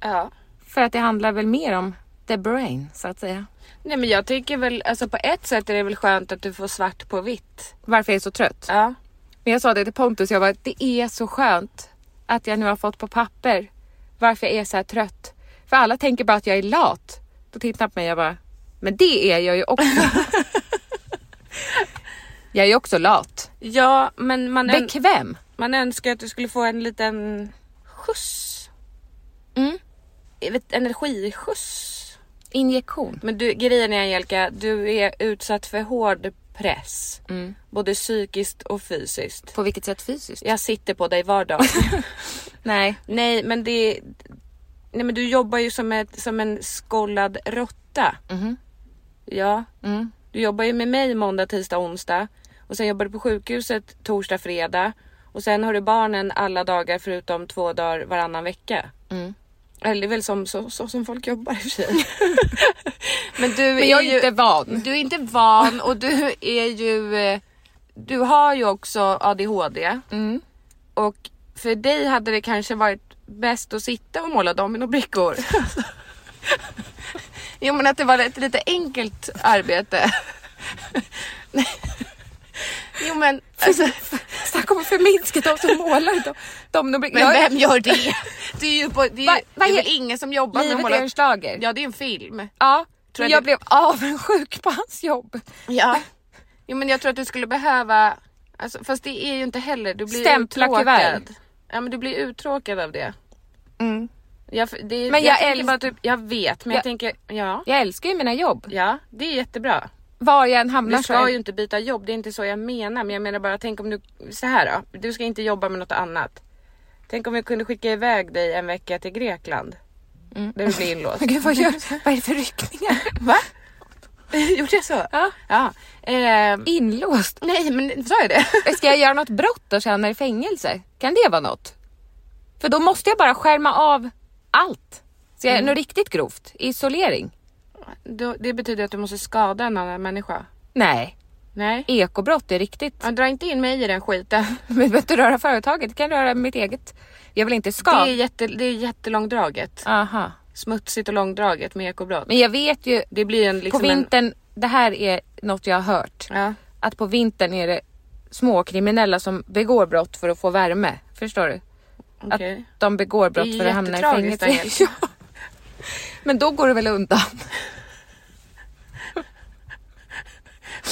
S4: ja.
S2: För att det handlar väl mer om the brain så att säga.
S4: Nej men jag tycker väl, alltså på ett sätt är det väl skönt att du får svart på vitt.
S2: Varför jag är så trött?
S4: Ja.
S2: Men jag sa det till Pontus, jag bara, det är så skönt att jag nu har fått på papper varför jag är så här trött. För alla tänker bara att jag är lat. Då tittar han på mig och jag bara, men det är jag ju också. <laughs> jag är ju också lat.
S4: Ja men man, ön-
S2: Bekväm.
S4: man önskar att du skulle få en liten skjuts.
S2: Mm.
S4: Jag vet, Energiskjuts.
S2: Injektion.
S4: Men du, grejen är Angelica, du är utsatt för hård press.
S2: Mm.
S4: Både psykiskt och fysiskt.
S2: På vilket sätt fysiskt?
S4: Jag sitter på dig
S2: <laughs>
S4: var dag.
S2: Nej.
S4: nej men det... Nej men du jobbar ju som, ett, som en skollad råtta.
S2: Mm-hmm.
S4: Ja.
S2: Mm.
S4: Du jobbar ju med mig måndag, tisdag, onsdag. Och sen jobbar du på sjukhuset torsdag, fredag. Och sen har du barnen alla dagar förutom två dagar varannan vecka.
S2: Mm.
S4: Eller det är väl som, så, så som folk jobbar i och för
S2: <laughs>
S4: sig. <laughs> men du
S2: Men jag är
S4: ju...
S2: inte van.
S4: Du är inte van och du är ju... eh, Du har ju också ADHD. Och för dig hade det kanske varit bäst att sitta och måla dominobrickor. <laughs> jo men att det var ett lite enkelt arbete. <laughs> jo men... <laughs> Alltså,
S2: <laughs> Snacka om att förminska de som målar. De, de, de,
S4: men
S2: jag-
S4: vem gör det? <laughs> Det är ju, på, det är ju
S2: Va- vad
S4: det är
S2: är-
S4: väl ingen som jobbar med att
S2: Livet
S4: måla...
S2: är en schlager.
S4: Ja det är en film.
S2: Ja,
S4: Tror
S2: men
S4: jag
S2: jag
S4: det-
S2: blev avundsjuk på hans jobb.
S4: Ja. <laughs> Jo men jag tror att du skulle behöva, alltså, fast det är ju inte heller, du blir
S2: Stämpla
S4: uttråkad.
S2: kuvert.
S4: Ja men du blir uttråkad av det.
S2: Mm.
S4: Jag, det är,
S2: Men
S4: men
S2: jag
S4: jag, jag,
S2: älsk-
S4: bara, typ, jag vet men
S2: Jag-
S4: jag tänker, ja.
S2: Jag älskar ju mina jobb.
S4: Ja, det är jättebra.
S2: Var jag än hamnar
S4: Du
S2: så är-
S4: ska ju inte byta jobb, det är inte så jag menar. Men jag menar bara, tänk om du, så här då. Du ska inte jobba med något annat. Tänk om jag kunde skicka iväg dig en vecka till Grekland. Där du blir inlåst.
S2: Men Mm. <laughs> Gud, vad, gör, vad är det för ryckningar?
S4: Va? <laughs> Gjorde jag så?
S2: Ja.
S4: ja. Ehm,
S2: <laughs> Inlåst?
S4: nej men sa jag det? <laughs>
S2: Ska jag göra något brott och känna i fängelse? Kan det vara något? För då måste jag bara skärma av allt. Så jag är något riktigt grovt? Isolering?
S4: Då, det betyder att du måste skada en annan människa.
S2: Nej,
S4: Nej.
S2: ekobrott är riktigt.
S4: Ja, dra inte in mig i den skiten.
S2: Men jag behöver inte röra företaget, jag kan röra mitt eget. Jag vill inte
S4: Det
S2: skada.
S4: är, jätte, det är jättelångdraget.
S2: Aha.
S4: Smutsigt och långdraget med ekobrott.
S2: Men jag vet ju
S4: Det blir en liksom
S2: på vintern, det här är något jag har hört.
S4: En, ja.
S2: att på vintern är det små kriminella som begår brott för att få värme. Förstår du?
S4: Okej.
S2: Att de begår brott
S4: Det är
S2: för att hamna i <laughs>
S4: jättetragiskt, <laughs>
S2: fängelse. ja. Men då går det väl undan?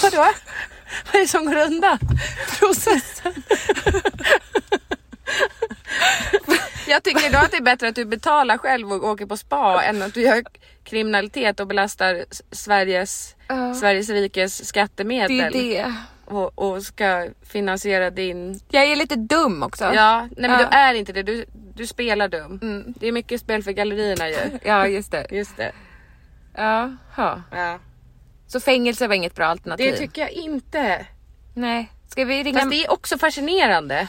S2: Vadå? Vad är det som går undan? Processen.
S4: Jag tycker då att det är bättre att du betalar själv och åker på spa än att du gör kriminalitet och belastar S- Sveriges, Sveriges rikes skattemedel
S2: Det är det.
S4: Och, och ska finansiera din...
S2: Jag är lite dum också.
S4: Ja, nej men
S2: Ja.
S4: du är inte det. Du, du spelar dum. Det är mycket spel för gallerierna ju.
S2: Ja, <laughs> just det.
S4: Just det.
S2: Ja, ha.
S4: Ja.
S2: Så fängelse var inget bra alternativ?
S4: Det tycker jag inte.
S2: Nej. Ska vi ringa...
S4: Fast det är också fascinerande.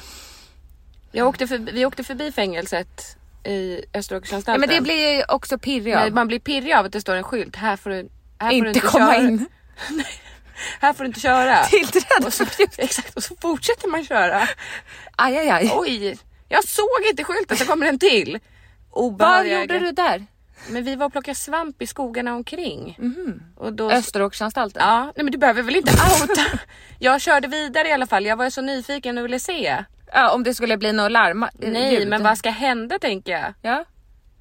S4: Jag åkte förbi, vi åkte förbi fängelset i
S2: Ja,
S4: Österåkersanstalten.
S2: men det blir ju också pirrig
S4: Nej,
S2: av.
S4: man blir pirrig av att det står en skylt. Här får du, här får du
S2: Inte
S4: inte
S2: komma
S4: köra. <laughs>
S2: in.
S4: Här får du
S2: <laughs>
S4: inte köra.
S2: <laughs> Tillträde
S4: Och så, <laughs> exakt, och så fortsätter man köra.
S2: Aj, aj, aj.
S4: Oj, jag såg inte skylten så kommer en till.
S2: Vad
S4: Obehöriga.
S2: gjorde du där?
S4: Men vi var och plockade svamp i skogarna omkring. Och då,
S2: Österåkersanstalten?
S4: ja, nej men du behöver väl inte outa. jag körde vidare i alla fall. Jag var ju så nyfiken och ville se.
S2: Ja, om det skulle bli något larm... eh,
S4: Nej,
S2: ljud.
S4: men vad ska hända tänker jag?
S2: Ja.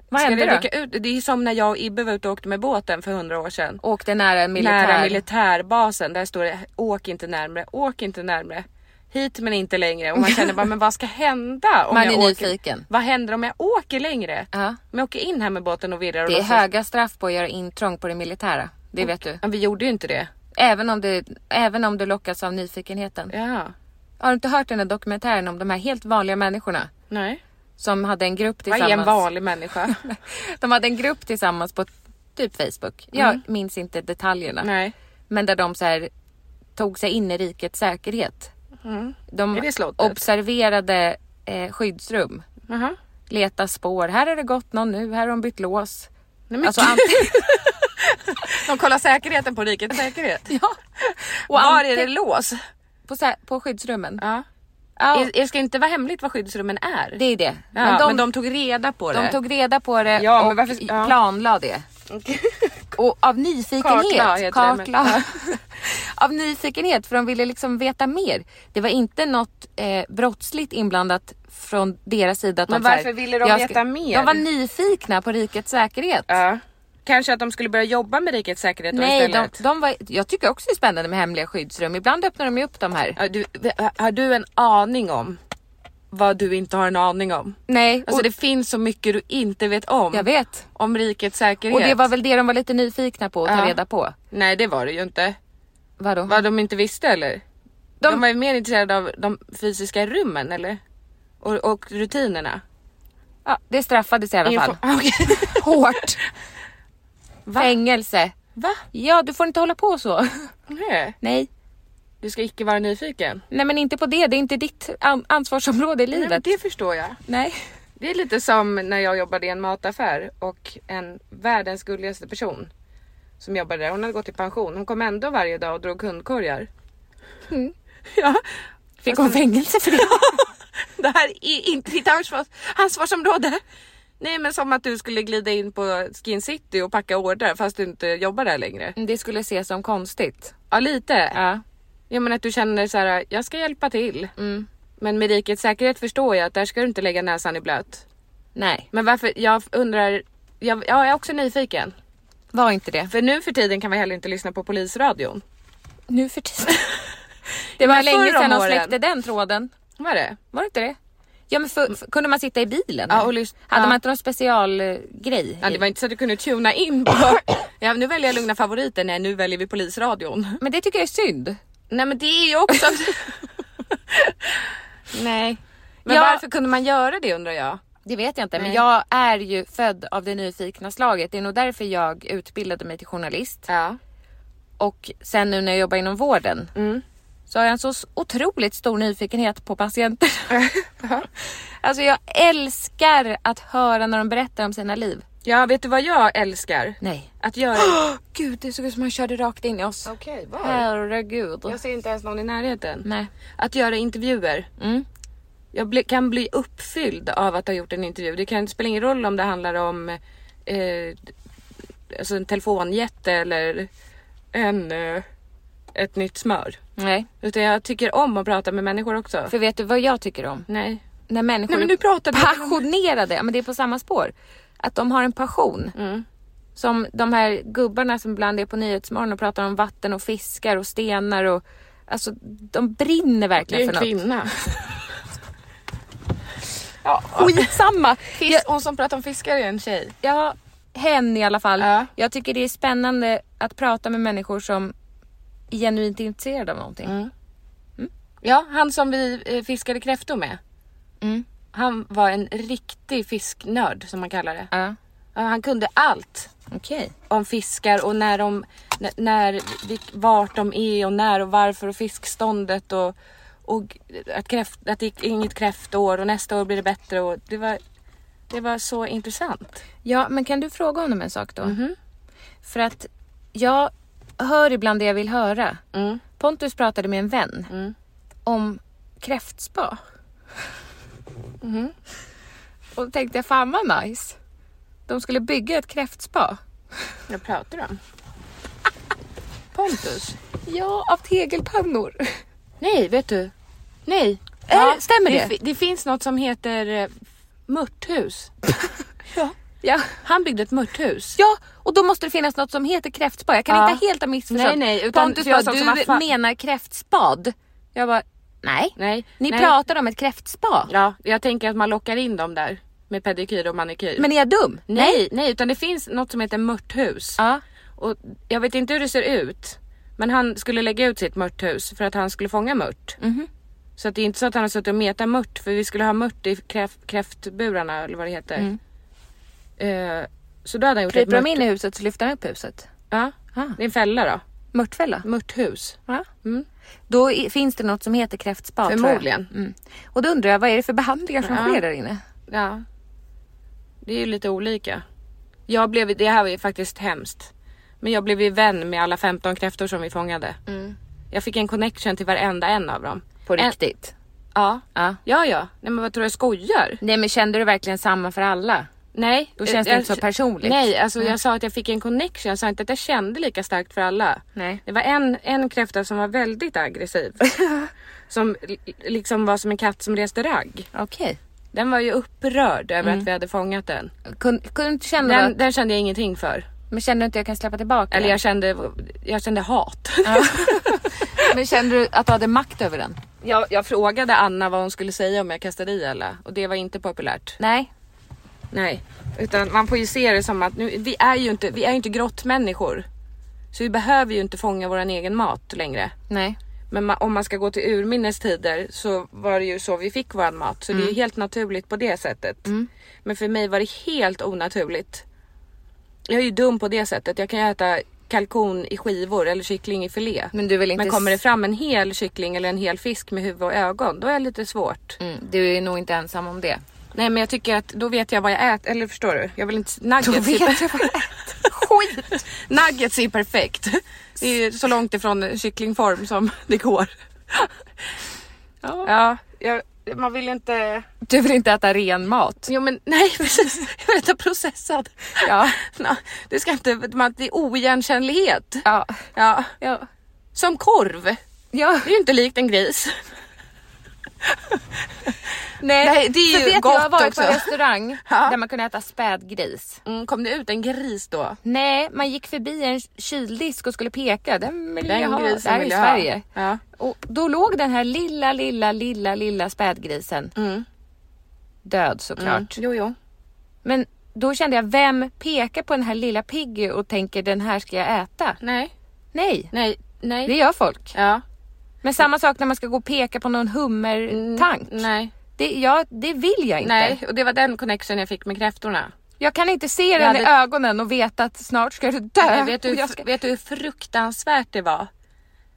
S2: Vad
S4: Ska
S2: hände
S4: det
S2: då?
S4: dyka ut? Det är ju som när jag och Ibbe var ute och åkte med båten för hundra år sedan.
S2: Åkte nära en militär.
S4: Nära militärbasen, där står det åk inte närmre, åk inte närmre. Hit men inte längre och man känner bara men vad ska hända? Om
S2: Man
S4: jag
S2: är
S4: åker?
S2: nyfiken.
S4: Vad händer om jag åker längre?
S2: Ja.
S4: Om jag åker in här med båten och virrar och
S2: Det är
S4: låtsas-
S2: höga straff på att göra intrång på det militära. Det vet du.
S4: Ja, vi gjorde ju inte det.
S2: Även om, det, även om du lockas av nyfikenheten.
S4: Ja.
S2: Har du inte hört den där dokumentären om de här helt vanliga människorna?
S4: Nej.
S2: Som hade en grupp
S4: Vad
S2: tillsammans.
S4: är en vanlig människa?
S2: <laughs> De hade en grupp tillsammans på typ Facebook. Jag minns inte detaljerna.
S4: Mm. Nej.
S2: Men där de så här, tog sig in i rikets säkerhet. De
S4: Mm. Är det slottet?
S2: observerade eh, skyddsrum.
S4: Jaha.
S2: Leta spår. Här har det gått någon nu. Här har de bytt lås.
S4: Nej, men
S2: Alltså, antingen,
S4: De kollar säkerheten på rikets säkerhet.
S2: ja. Och
S4: Var är
S2: antingen-
S4: det lås?
S2: på, så här, på skyddsrummen.
S4: Ja.
S2: Ja,
S4: Det- Det ska inte vara hemligt vad skyddsrummen är.
S2: det är det.
S4: ja, men, de, tog reda på
S2: de
S4: det.
S2: tog reda på det
S4: Ja, men
S2: och
S4: varför- ja.
S2: planlade det. Och av nyfikenhet.
S4: Kartlade heter det, men-
S2: kartlade. <laughs> av nyfikenhet för de ville liksom veta mer. Det var inte något eh, brottsligt inblandat från deras sida. Att
S4: Men
S2: de så här,
S4: varför ville de
S2: jag
S4: veta mer?
S2: De var nyfikna på rikets säkerhet.
S4: Ja. Kanske att de skulle börja jobba med rikets säkerhet då
S2: Nej, de,
S4: istället.
S2: de var, jag tycker också det är spännande med hemliga skyddsrum. Ibland öppnar de ju upp de här.
S4: Ja, Du, har du en aning om vad du inte har en aning om?
S2: Nej,
S4: Alltså
S2: och,
S4: det finns så mycket du inte vet om.
S2: jag vet.
S4: Om rikets säkerhet.
S2: Och det var väl det de var lite nyfikna på att ta
S4: Ja.
S2: reda på.
S4: Nej det var det ju inte.
S2: Vadå?
S4: Vad de inte visste eller? De,
S2: De-
S4: var ju mer intresserade av de fysiska rummen eller? Och, och rutinerna.
S2: Ja, det straffades i alla fall. <laughs>
S4: Info- <laughs> Okej.
S2: Hårt. Fängelse.
S4: Va?
S2: Ja, du får inte hålla på så.
S4: <laughs> Nej.
S2: Nej.
S4: Du ska icke vara nyfiken.
S2: Nej men inte på det, det är inte ditt an- ansvarsområde i
S4: Nej, men
S2: livet.
S4: det förstår jag. <laughs>
S2: Nej.
S4: Det är lite som när jag jobbade i en mataffär och en världens gulligaste person som jobbade där, hon hade gått i pension. Hon kom ändå varje dag och drog kundkorgar.
S2: Mm.
S4: <laughs> Ja,
S2: Fick hon fängelse för det?
S4: <laughs> det här är inte ditt ansvars- ansvarsområde. Nej men som att du skulle glida in på Skin City och packa order fast du inte jobbar där längre.
S2: Det skulle ses som konstigt.
S4: Ja lite.
S2: Ja.
S4: Ja men att du känner så här, jag ska hjälpa till.
S2: Mm.
S4: Men med rikets säkerhet förstår jag att där ska du inte lägga näsan i blöt.
S2: Nej,
S4: Men varför, jag undrar, jag, jag är också nyfiken.
S2: var inte det.
S4: För nu för tiden kan vi heller inte lyssna på polisradion.
S2: Nu för
S4: <laughs>
S2: tiden. Det var länge
S4: förr om
S2: sedan de
S4: åren.
S2: släckte den tråden.
S4: Var det?
S2: Var det inte det? Ja men för, för, kunde man sitta i bilen?
S4: Ja, och lys-
S2: Hade
S4: ja.
S2: man inte någon eh, specialgrej?
S4: Ja, det var inte så att du kunde tuna
S2: <coughs>
S4: in på... Ja, nu väljer jag lugna favoriter. Nej, nu väljer vi polisradion.
S2: Men det tycker jag är synd.
S4: Nej, men det är ju också... Nej. <laughs> Men
S2: Ja.
S4: varför kunde man göra det undrar jag?
S2: Det vet jag inte, men
S4: Nej.
S2: jag är ju född av det nyfikna slaget. Det är nog därför jag utbildade mig till journalist.
S4: Ja.
S2: Och sen nu när jag jobbar inom vården så har jag en så s- otroligt stor nyfikenhet på patienter. <laughs> alltså jag älskar att höra när de berättar om sina liv.
S4: Ja, vet du vad jag älskar?
S2: Nej.
S4: Att göra... <gasps>
S2: Gud, det såg ut som han körde rakt in i oss.
S4: Okej,
S2: Herregud.
S4: Jag ser inte ens någon i närheten.
S2: Nej.
S4: Att göra intervjuer.
S2: Mm.
S4: Jag bli, kan bli uppfylld av att ha gjort en intervju. Det kan spela ingen roll om det handlar om eh, alltså en telefonjätte eller en, eh, ett nytt smör.
S2: Nej.
S4: Utan jag tycker om att prata med människor också.
S2: För vet du vad jag tycker om?
S4: Nej.
S2: När människor
S4: Nej men nu pratar vi
S2: passionerade, ja, men det är på samma spår. Att de har en passion. Som de här gubbarna som ibland är på Nyhetsmorgon och pratar om vatten och fiskar och stenar och Alltså de brinner
S4: Det är
S2: verkligen för
S4: en
S2: något.
S4: kvinna. ja, skitsamma. Fisk, hon som pratar om fiskar är en tjej.
S2: Ja, hen i alla fall.
S4: Ja.
S2: Jag tycker det är spännande att prata med människor som är genuint intresserade av någonting.
S4: Mm. Ja, han som vi eh, fiskade kräftor med. Han var en riktig fisknörd som man kallar det.
S2: Ja,
S4: Ja, Han kunde allt
S2: okej.
S4: om fiskar och när de, n- när, vilk- vart de är och när och varför och fiskståndet och, och att, kräft, att det gick inget kräftår och nästa år blir det bättre och det var, det var så intressant.
S2: Ja, men kan du fråga honom en sak då?
S4: Mhm.
S2: För att jag hör ibland det jag vill höra.
S4: Mm.
S2: Pontus pratade med en vän om kräftspa.
S4: Mhm.
S2: Och då tänkte jag, fan vad nice. De skulle bygga ett kräftspa.
S4: Vad pratar du om? Pontus?
S2: Ja, av
S4: <laughs>
S2: tegelpannor.
S4: Nej, vet du? Nej.
S2: Ja, stämmer det?
S4: fi- Det finns något som heter eh, mörthus.
S2: Ja.
S4: Han byggde ett mörthus.
S2: ja, och då måste det finnas något som heter kräftspa. Jag kan
S4: Ja.
S2: inte helt ha missförstått.
S4: Nej, nej, utan-
S2: Pontus
S4: för jag
S2: bara,
S4: sa
S2: du
S4: som att fan-
S2: menar kräftspad. Jag bara, nej.
S4: Nej,
S2: Ni
S4: nej.
S2: pratar om ett kräftspa.
S4: Ja, jag tänker att man lockar in dem där med pedikyr och manikyr.
S2: Men är jag dum?
S4: nej, nej, utan det finns något som heter mörthus.
S2: Ja.
S4: Och jag vet inte hur det ser ut, men han skulle lägga ut sitt mörthus för att han skulle fånga mört.
S2: Mhm.
S4: Så att det är inte så att han har suttit och metat mört, för vi skulle ha mört i kräf- kräftburarna eller vad det heter. Eh, så då hade han gjort
S2: Mm. Kryper
S4: ett
S2: de
S4: mört...
S2: in Ah. i huset så lyfter han upp huset.
S4: Ja, det är en fälla då.
S2: Mörtfälla?
S4: Mörthus.
S2: Ja. Då i, finns det något som heter kräftspa tror jag.
S4: Förmodligen.
S2: Mm. Och då undrar jag, vad är det för behandlingar som
S4: Ja.
S2: sker där inne?
S4: Ja. Det är ju lite olika. Jag blev, det här var ju faktiskt hemskt. Men jag blev ju vän med alla 15 kräftor som vi fångade. Jag fick en connection till varenda en av dem.
S2: Mm. På
S4: En-
S2: riktigt?
S4: Ja.
S2: Ja.
S4: Ja, ja. Nej men vad tror du jag skojar?
S2: Nej men kände du verkligen samma för alla?
S4: Nej.
S2: Då känns det
S4: jag-
S2: inte så personligt. Mm.
S4: Nej, alltså jag sa att jag fick en connection. Jag sa inte att jag kände lika starkt för alla.
S2: Nej.
S4: Det var en, en kräfta som var
S2: <laughs>
S4: väldigt aggressiv. som li- liksom var som en katt som reste ragg.
S2: Okej.
S4: Den var ju upprörd över
S2: Mm.
S4: att vi hade fångat den.
S2: Kun, kunde du inte känna
S4: Den,
S2: att,
S4: den kände jag ingenting för.
S2: men kände du inte att jag kan släppa tillbaka
S4: Eller
S2: den?
S4: jag kände, jag kände hat.
S2: Men kände du att du hade makt över den?
S4: <laughs> Jag, jag frågade Anna vad hon skulle säga om jag kastade i alla och det var inte populärt.
S2: Nej.
S4: Nej, utan man får ju se det som att nu, vi är ju inte, vi är ju inte grottmänniskor. Så vi behöver ju inte fånga våran egen mat längre.
S2: Nej.
S4: Men ma- om man ska gå till urminnes tider så var det ju så vi fick våran mat. Så det är
S2: Mm.
S4: ju helt naturligt på det sättet. Men för mig var det helt onaturligt. Jag är ju dum på det sättet. Jag kan ju äta kalkon i skivor eller kyckling i filé.
S2: Men du vill inte...
S4: Men kommer det
S2: s-
S4: fram en hel kyckling eller en hel fisk med huvud och ögon, då är det lite svårt.
S2: Mm, du är nog inte ensam om det.
S4: Nej men jag tycker att då vet jag vad jag äter, eller förstår du? Jag vill inte... Nuggets,
S2: Då vet
S4: är,
S2: jag typ- vad jag äter. Skit!
S4: nuggets är perfekt. Det är ju så långt ifrån en kycklingform som det går. Ja, jag, man vill inte...
S2: <laughs> Du vill inte äta ren mat.
S4: Jo men nej <laughs> precis, jag vill inte ha processad.
S2: Ja.
S4: Nå, Det ska inte, man, det är oigenkännlighet.
S2: Ja.
S4: Ja.
S2: Ja.
S4: Som korv,
S2: ja.
S4: det är ju inte likt en gris.
S2: Nej,
S4: Nej, det är
S2: för
S4: ju
S2: vet du, jag har
S4: gott
S2: varit på
S4: också.
S2: en restaurang
S4: <laughs> Ja.
S2: där man kunde äta spädgris.
S4: Mm, kom det ut en gris då?
S2: Nej, man gick förbi en kyldisk och skulle peka. Den vill jag
S4: Den
S2: ha. Det
S4: grisen
S2: här är i
S4: vill jag ha.
S2: Sverige.
S4: Ja.
S2: Och då låg den här lilla, lilla, lilla, lilla spädgrisen.
S4: Mm.
S2: Död såklart.
S4: Jo, jo. Mm.
S2: Men då kände jag, vem pekar på den här lilla Piggy och tänker den här ska jag äta?
S4: Nej,
S2: Nej,
S4: nej, nej.
S2: det gör folk.
S4: Ja.
S2: Men samma sak när man ska gå och peka på någon hummertank.
S4: Mm, Nej.
S2: Det, ja, det vill jag inte.
S4: nej, och det var den connection jag fick med kräftorna.
S2: Jag kan inte se den
S4: hade-
S2: i ögonen och veta att snart ska du dö.
S4: Nej, vet, du,
S2: Och
S4: hur-
S2: jag ska...
S4: vet du hur fruktansvärt det var?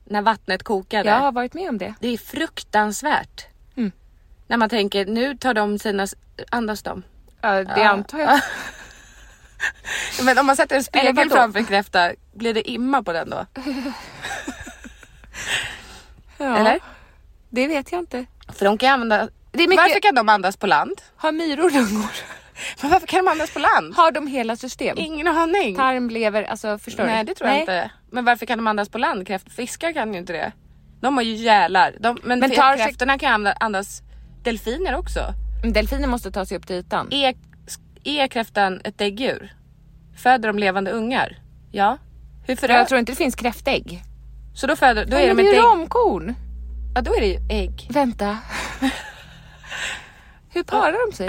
S4: När vattnet kokade.
S2: Jag har varit med om det.
S4: Det är fruktansvärt. När man tänker, nu tar de sina... Andas de?
S2: Ja, det antar jag.
S4: Men om man sätter en
S2: Eller
S4: spegel
S2: vadå?
S4: framför en kräfta, blir det imma på den då?
S2: Ja.
S4: Eller?
S2: Det vet jag inte.
S4: För de kan använda...
S2: Det är mycket-
S4: Varför kan de andas på land?
S2: Har myror lungor?
S4: Men varför kan de andas på land?
S2: Har de hela system?
S4: Ingen aning.
S2: Tarm, lever, alltså förstår du?
S4: Nej det tror jag inte. Men varför kan de andas på land? Kräft, fiskar kan ju inte det. De har ju gälar. De, men
S2: Men
S4: fe-
S2: tar-
S4: kräftorna kan anda- andas delfiner också. E,
S2: Men Delfiner måste ta sig upp till ytan.
S4: Är, är kräftan ett däggdjur? Föder de levande ungar? Ja. Hur
S2: För jag
S4: föröder
S2: tror inte det finns kräftägg.
S4: Så då föder, då
S5: Ja,
S4: är de
S5: men det
S4: ett
S5: är
S4: ägg.
S5: ju romkorn.
S4: Ja, då är det ju ägg. <laughs>
S2: Vänta. Hur parar de sig?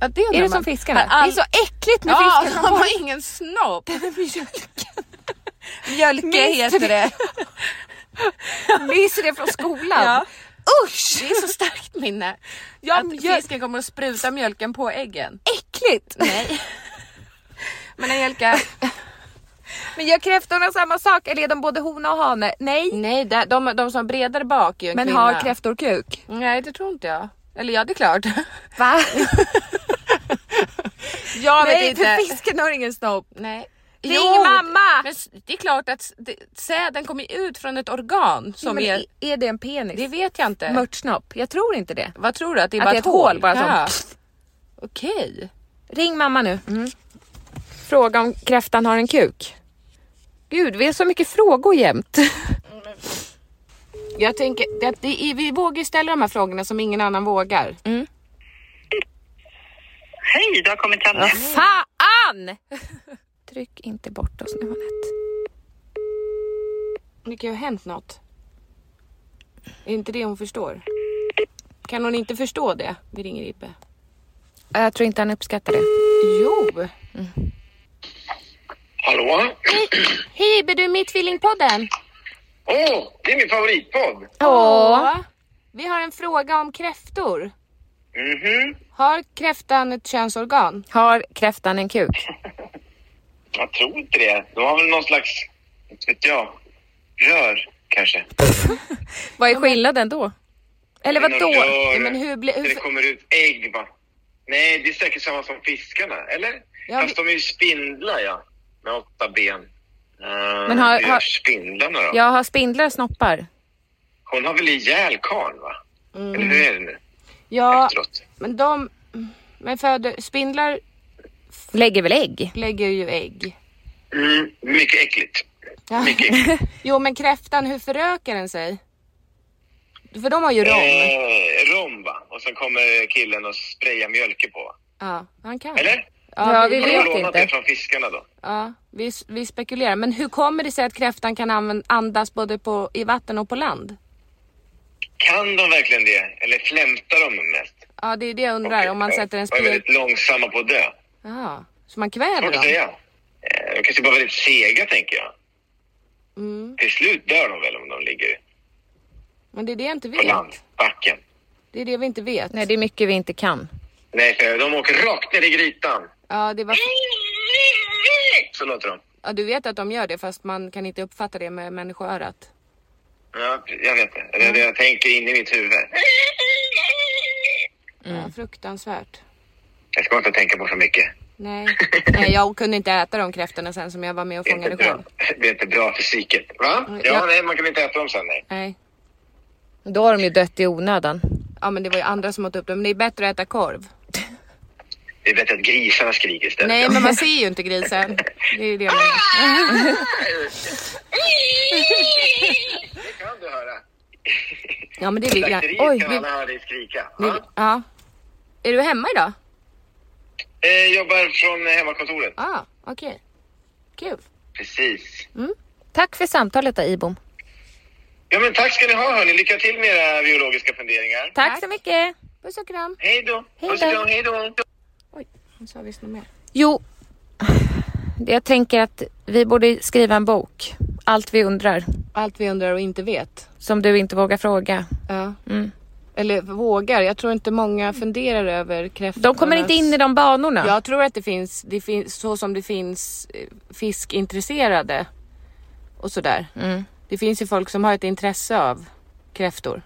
S4: Ja, det
S2: Är det som fiskarna? Det är så äckligt med <laughs>
S4: ja,
S2: fiskar
S4: de
S2: som
S4: har ingen snopp.
S2: <laughs>
S4: Mjölke heter det.
S2: myser det från skolan.
S4: Ja.
S2: Usch!
S4: Det är så starkt minne.
S2: Ja,
S4: att
S2: mjölk-
S4: fisken kommer att spruta mjölken på äggen.
S2: Äckligt! Nej. Men Angelica. Men gör kräftorna samma sak eller är de både hona och hane? Nej.
S4: Nej, de, de, de som har bredare bak är ju en
S2: Men
S4: kvinna.
S2: har kräftor kuk?
S4: Nej, det tror inte jag. Eller ja, det är klart.
S2: <laughs> Va?
S4: Jag
S2: Nej, för fisken har ingen snopp.
S4: Nej.
S2: Det är ingen mamma.
S4: Men s- det är klart att s- det, säden kommer ju ut från ett organ som
S2: Men
S4: är...
S2: är, är det en penis?
S4: Det vet jag inte.
S2: Mörtsnopp? Jag tror inte det.
S4: Vad tror du? Att det är
S2: Att
S4: bara
S2: det är ett hål, bara
S4: ja.
S2: som-
S4: Okej.
S2: Ring mamma nu. Fråga om kräftan har en kuk. Gud, vi har så mycket frågor jämt.
S4: Jag tänker att det är, vi vågar ju ställa de här frågorna som ingen annan vågar.
S2: Mm.
S6: Hej, du har kommit till
S2: <laughs>
S6: Anette.
S2: Fan! Tryck inte bort oss nu Anette.
S4: Det kan ju ha hänt något. Är inte det hon förstår? Kan hon inte förstå det? Vi ringer Ippe.
S2: Jag tror inte han uppskattar det.
S4: Jo!
S6: Hallå?
S4: Hej Ippe, du är med i Tvillingpodden.
S6: Åh, det är min favoritpodd!
S4: Åh. Vi har en fråga om kräftor.
S6: Mhm.
S4: Har kräftan ett könsorgan?
S2: Har kräftan en kuk?
S6: Jag tror inte det. De har väl någon slags, inte vet jag, rör kanske.
S2: Vad är skillnaden då? Eller
S6: Det är något
S2: vadå?
S6: rör
S4: Ja, men hur blir- hur-
S6: där Det kommer ut ägg va? Nej, det är säkert samma som fiskarna, eller?
S4: Ja,
S6: Fast de är ju spindlar ja, med åtta ben. Uh,
S2: Men har-
S6: hur gör
S2: har-
S6: spindlarna då?
S2: Jag har spindlar snoppar.
S6: Hon har väl ihjäl karln va? Eller hur är det nu
S4: Mm. Ja,
S6: efteråt?
S4: men de... Men föder, spindlar
S2: Lägger väl ägg?
S4: lägger ju ägg.
S6: Mm, mycket äckligt.
S4: Ja.
S6: Mycket äckligt.
S4: <laughs> Jo, men kräftan, hur förökar den sig? För de har ju rom.
S6: Eh, rom va? Och sen kommer killen och sprayar mjölke på.
S4: Ja, han kan.
S6: Eller?
S2: Ja, vi
S6: Har de
S2: vet
S6: lånat det
S2: inte.
S6: från fiskarna då?
S4: Ja, vi, vi spekulerar. Men hur kommer det sig att kräftan kan använ- andas både på, i vatten och på land?
S6: Kan de verkligen det? Eller flämtar de mest?
S4: Ja, det är det jag undrar. om man
S6: Ja,
S4: sätter en
S6: De är
S4: spegel...
S6: väldigt långsamma på att dö.
S4: Ja, så man kväver
S6: Svårt att
S4: dem?
S6: säga. Eh, De kanske bara är väldigt sega tänker jag.
S4: Mm.
S6: Till slut dör de väl om de ligger
S4: Men det är det jag inte
S6: på
S4: vet.
S6: land, backen.
S4: Det är det vi inte vet.
S2: Nej, det är mycket vi inte kan.
S6: Nej, för de åker rakt ner i grytan.
S4: Ja, det var...
S6: Så låter de.
S4: ja, du vet att de gör det fast man kan inte uppfatta det med människoörat.
S6: Ja, jag vet det. Det är det jag tänker in i mitt huvud.
S2: Mm.
S4: Ja, fruktansvärt.
S6: Jag ska inte tänka på för mycket.
S4: Nej. Nej, jag kunde inte äta de kräftorna sen som jag var med och
S6: Det är, inte
S4: fångade
S6: bra.
S4: själv.
S6: det är inte bra för psyket. Va? Ja,
S4: ja.
S6: nej, man kan inte äta dem sen. Nej.
S4: Nej.
S2: Då har de ju dött i onödan.
S4: Ja, men det var ju andra som åt upp dem. Men det är bättre att äta korv.
S6: Det är bättre att grisarna skriker istället.
S4: Nej, men man ser ju inte grisen. Det är ju det jag menar.
S6: Det kan du höra.
S4: Ja, men det är lite grann.
S6: Slakteriet
S4: Oj,
S6: kan
S4: gud.
S6: alla höra dig skrika.
S4: Det
S6: Ja.
S4: är- Ja. Är du hemma idag?
S6: Eh, jobbar från hemmakontoret.
S4: Ja, ah, okej. Kul.
S6: Precis.
S2: Tack för samtalet då, Ibom.
S6: Ja, men tack ska ni ha hörni. Lycka till med era biologiska funderingar.
S2: Tack så mycket.
S4: Puss och kram.
S6: Hej då.
S2: Hej
S6: Puss
S2: då.
S6: och kram, Hej då.
S4: Nu sa visst något mer.
S2: Jo, jag tänker att vi borde skriva en bok. Allt vi undrar,
S4: Allt vi undrar och inte vet.
S2: som du inte vågar fråga.
S4: Ja.
S2: Mm.
S4: Eller vågar. Jag tror inte många funderar över kräftorna.
S2: De kommer inte in i de banorna.
S4: Jag tror att det finns, det finns så som det finns eh, fiskintresserade och sådär.
S2: Mm.
S4: Det finns ju folk som har ett intresse av kräftor.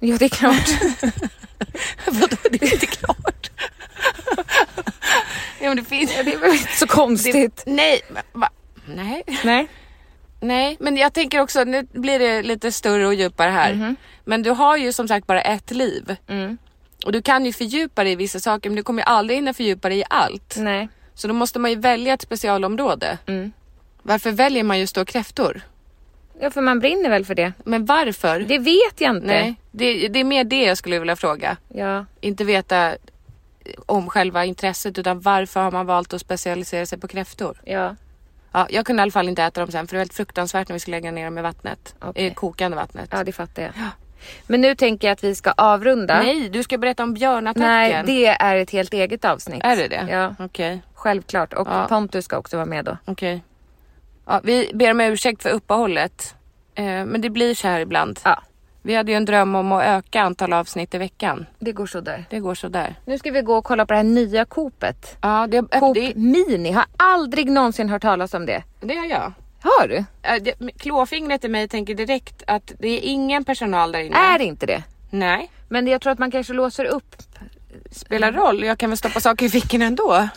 S2: Jo, det är klart.
S4: <laughs> Vadå, det är inte klart. ja, men det finns...
S2: Det är väl inte så konstigt.
S4: Nej, men va? Nej.
S2: Nej.
S4: Nej, men jag tänker också, nu blir det lite större och djupare här.
S2: Mm-hmm.
S4: Men du har ju som sagt bara ett liv.
S2: Mm.
S4: Och du kan ju fördjupa dig i vissa saker men du kommer ju aldrig hinna fördjupa dig i allt.
S2: Nej.
S4: Så då måste man ju välja ett specialområde.
S2: Mm.
S4: Varför väljer man just då kräftor?
S2: Ja, för man brinner väl för det.
S4: Men varför?
S2: Det vet jag inte.
S4: Nej, det, det är mer det jag skulle vilja fråga.
S2: Ja.
S4: Inte veta eh, om själva intresset utan varför har man valt att specialisera sig på kräftor?
S2: Ja.
S4: Ja, jag kunde i alla fall inte äta dem sen för det var helt fruktansvärt när vi skulle lägga ner dem i vattnet.
S2: Okej.
S4: I kokande vattnet.
S2: ja, det fattar jag. Men nu tänker jag att vi ska avrunda.
S4: Nej, du ska berätta om björnattacken.
S2: Nej, det är ett helt eget avsnitt.
S4: Är det det?
S2: Ja,
S4: Okej,
S2: självklart. Och
S4: Ja.
S2: Pontus ska också vara med då.
S4: okej. Ja, vi ber om ursäkt för uppehållet. Eh, men det blir så här ibland.
S2: Ja.
S4: Vi hade ju en dröm om att öka antal avsnitt i veckan.
S2: Det går så där.
S4: Det går sådär.
S2: Nu ska vi gå och kolla på det här nya Coopet.
S4: Ja, det,
S2: Coop
S4: det,
S2: Mini, har aldrig någonsin hört talas om det.
S4: det gör jag.
S2: Har du?
S4: Äh, det, men klåfingret i mig tänker direkt att det är ingen personal där inne.
S2: Är det inte det?
S4: Nej.
S2: Men jag tror att man kanske låser upp.
S4: Spelar roll, jag kan väl stoppa saker i fickorna ändå.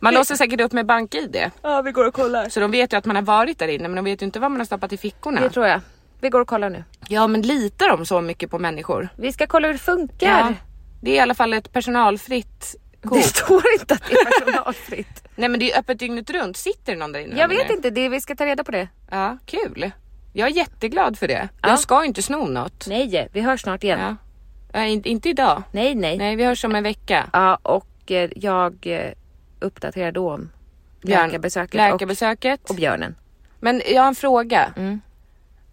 S4: Man låser säkert upp med bank-id.
S2: Ja, vi går och kollar.
S4: Så de vet ju att man har varit där inne men de vet ju inte vad man har stoppat i fickorna.
S2: Det tror jag. Vi går och kollar nu.
S4: Ja men litar de så mycket på människor?
S2: Vi ska kolla hur det funkar.
S4: Det är i alla fall ett personalfritt Coop.
S2: Det står inte att det <laughs> är personalfritt.
S4: Nej men det är ju öppet dygnet runt. Sitter det någon där inne?
S2: jag
S4: eller?
S2: vet inte, det, vi ska ta reda på det.
S4: Ja, kul. Jag är jätteglad för det. Jag ska ju inte sno något.
S2: Nej, vi hörs snart igen.
S4: Ja. Äh, in, inte idag.
S2: Nej, nej.
S4: Nej vi hörs om en vecka.
S2: Ja, och eh, jag eh, uppdaterar då om
S4: Björn-
S2: läkarbesöket,
S4: Läkarbesöket.
S2: Och, Mm. och björnen.
S4: Men jag har en fråga.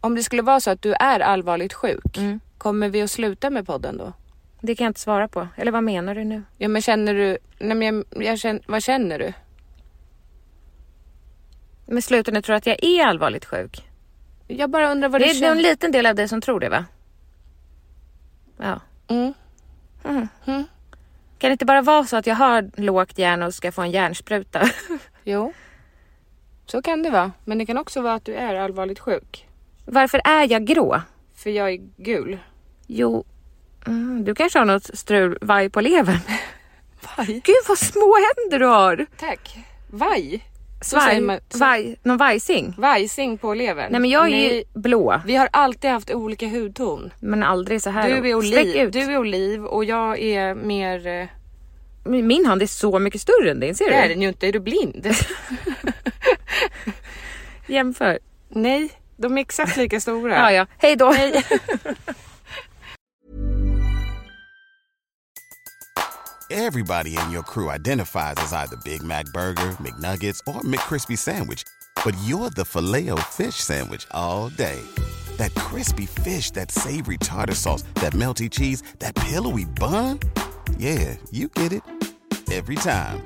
S4: Om det skulle vara så att du är allvarligt sjuk,
S2: Mm.
S4: kommer vi att sluta med podden då?
S2: Det kan jag inte svara på. Eller vad menar du nu?
S4: Ja men känner du, nej men jag, jag känner, vad känner du?
S2: Men sluta nu, tror du att jag är allvarligt sjuk?
S4: Jag bara undrar vad
S2: Det
S4: du
S2: är en
S4: känner.
S2: liten del av dig som tror det va? Ja.
S4: Mm.
S2: Mm. Kan det inte bara vara så att jag har lågt järn och ska få en järnspruta? <laughs>
S4: Jo. Så kan det vara. Men det kan också vara att du är allvarligt sjuk.
S2: Varför är jag grå?
S4: För jag är gul.
S2: Jo, mm, du kanske har något strul vaj på levern. Gud vad små händer du har!
S4: Tack. Vaj. Så
S2: Vaj,
S4: säger man- så-
S2: vaj, någon vajsing?
S4: Vajsing på levern.
S2: Nej men jag är ju
S4: Nej.
S2: blå,
S4: Vi har alltid haft olika hudton.
S2: men aldrig så här.
S4: Du är,
S2: Sträck
S4: oliv,
S2: ut.
S4: du är oliv och jag är mer... eh,
S2: Min min hand är så mycket större än din, ser
S4: Det är
S2: du?
S4: den ju inte, är du blind?
S2: Jämför.
S4: Nej, de är exakt lika
S2: <laughs>
S4: stora.
S2: Ja, ja. Hej då!
S7: Everybody in your crew identifies as either Big Mac Burger, McNuggets, or McCrispy Sandwich. But you're the filet fish Sandwich all day. That crispy fish, that savory tartar sauce, that melty cheese, that pillowy bun. Yeah, you get it. Every time.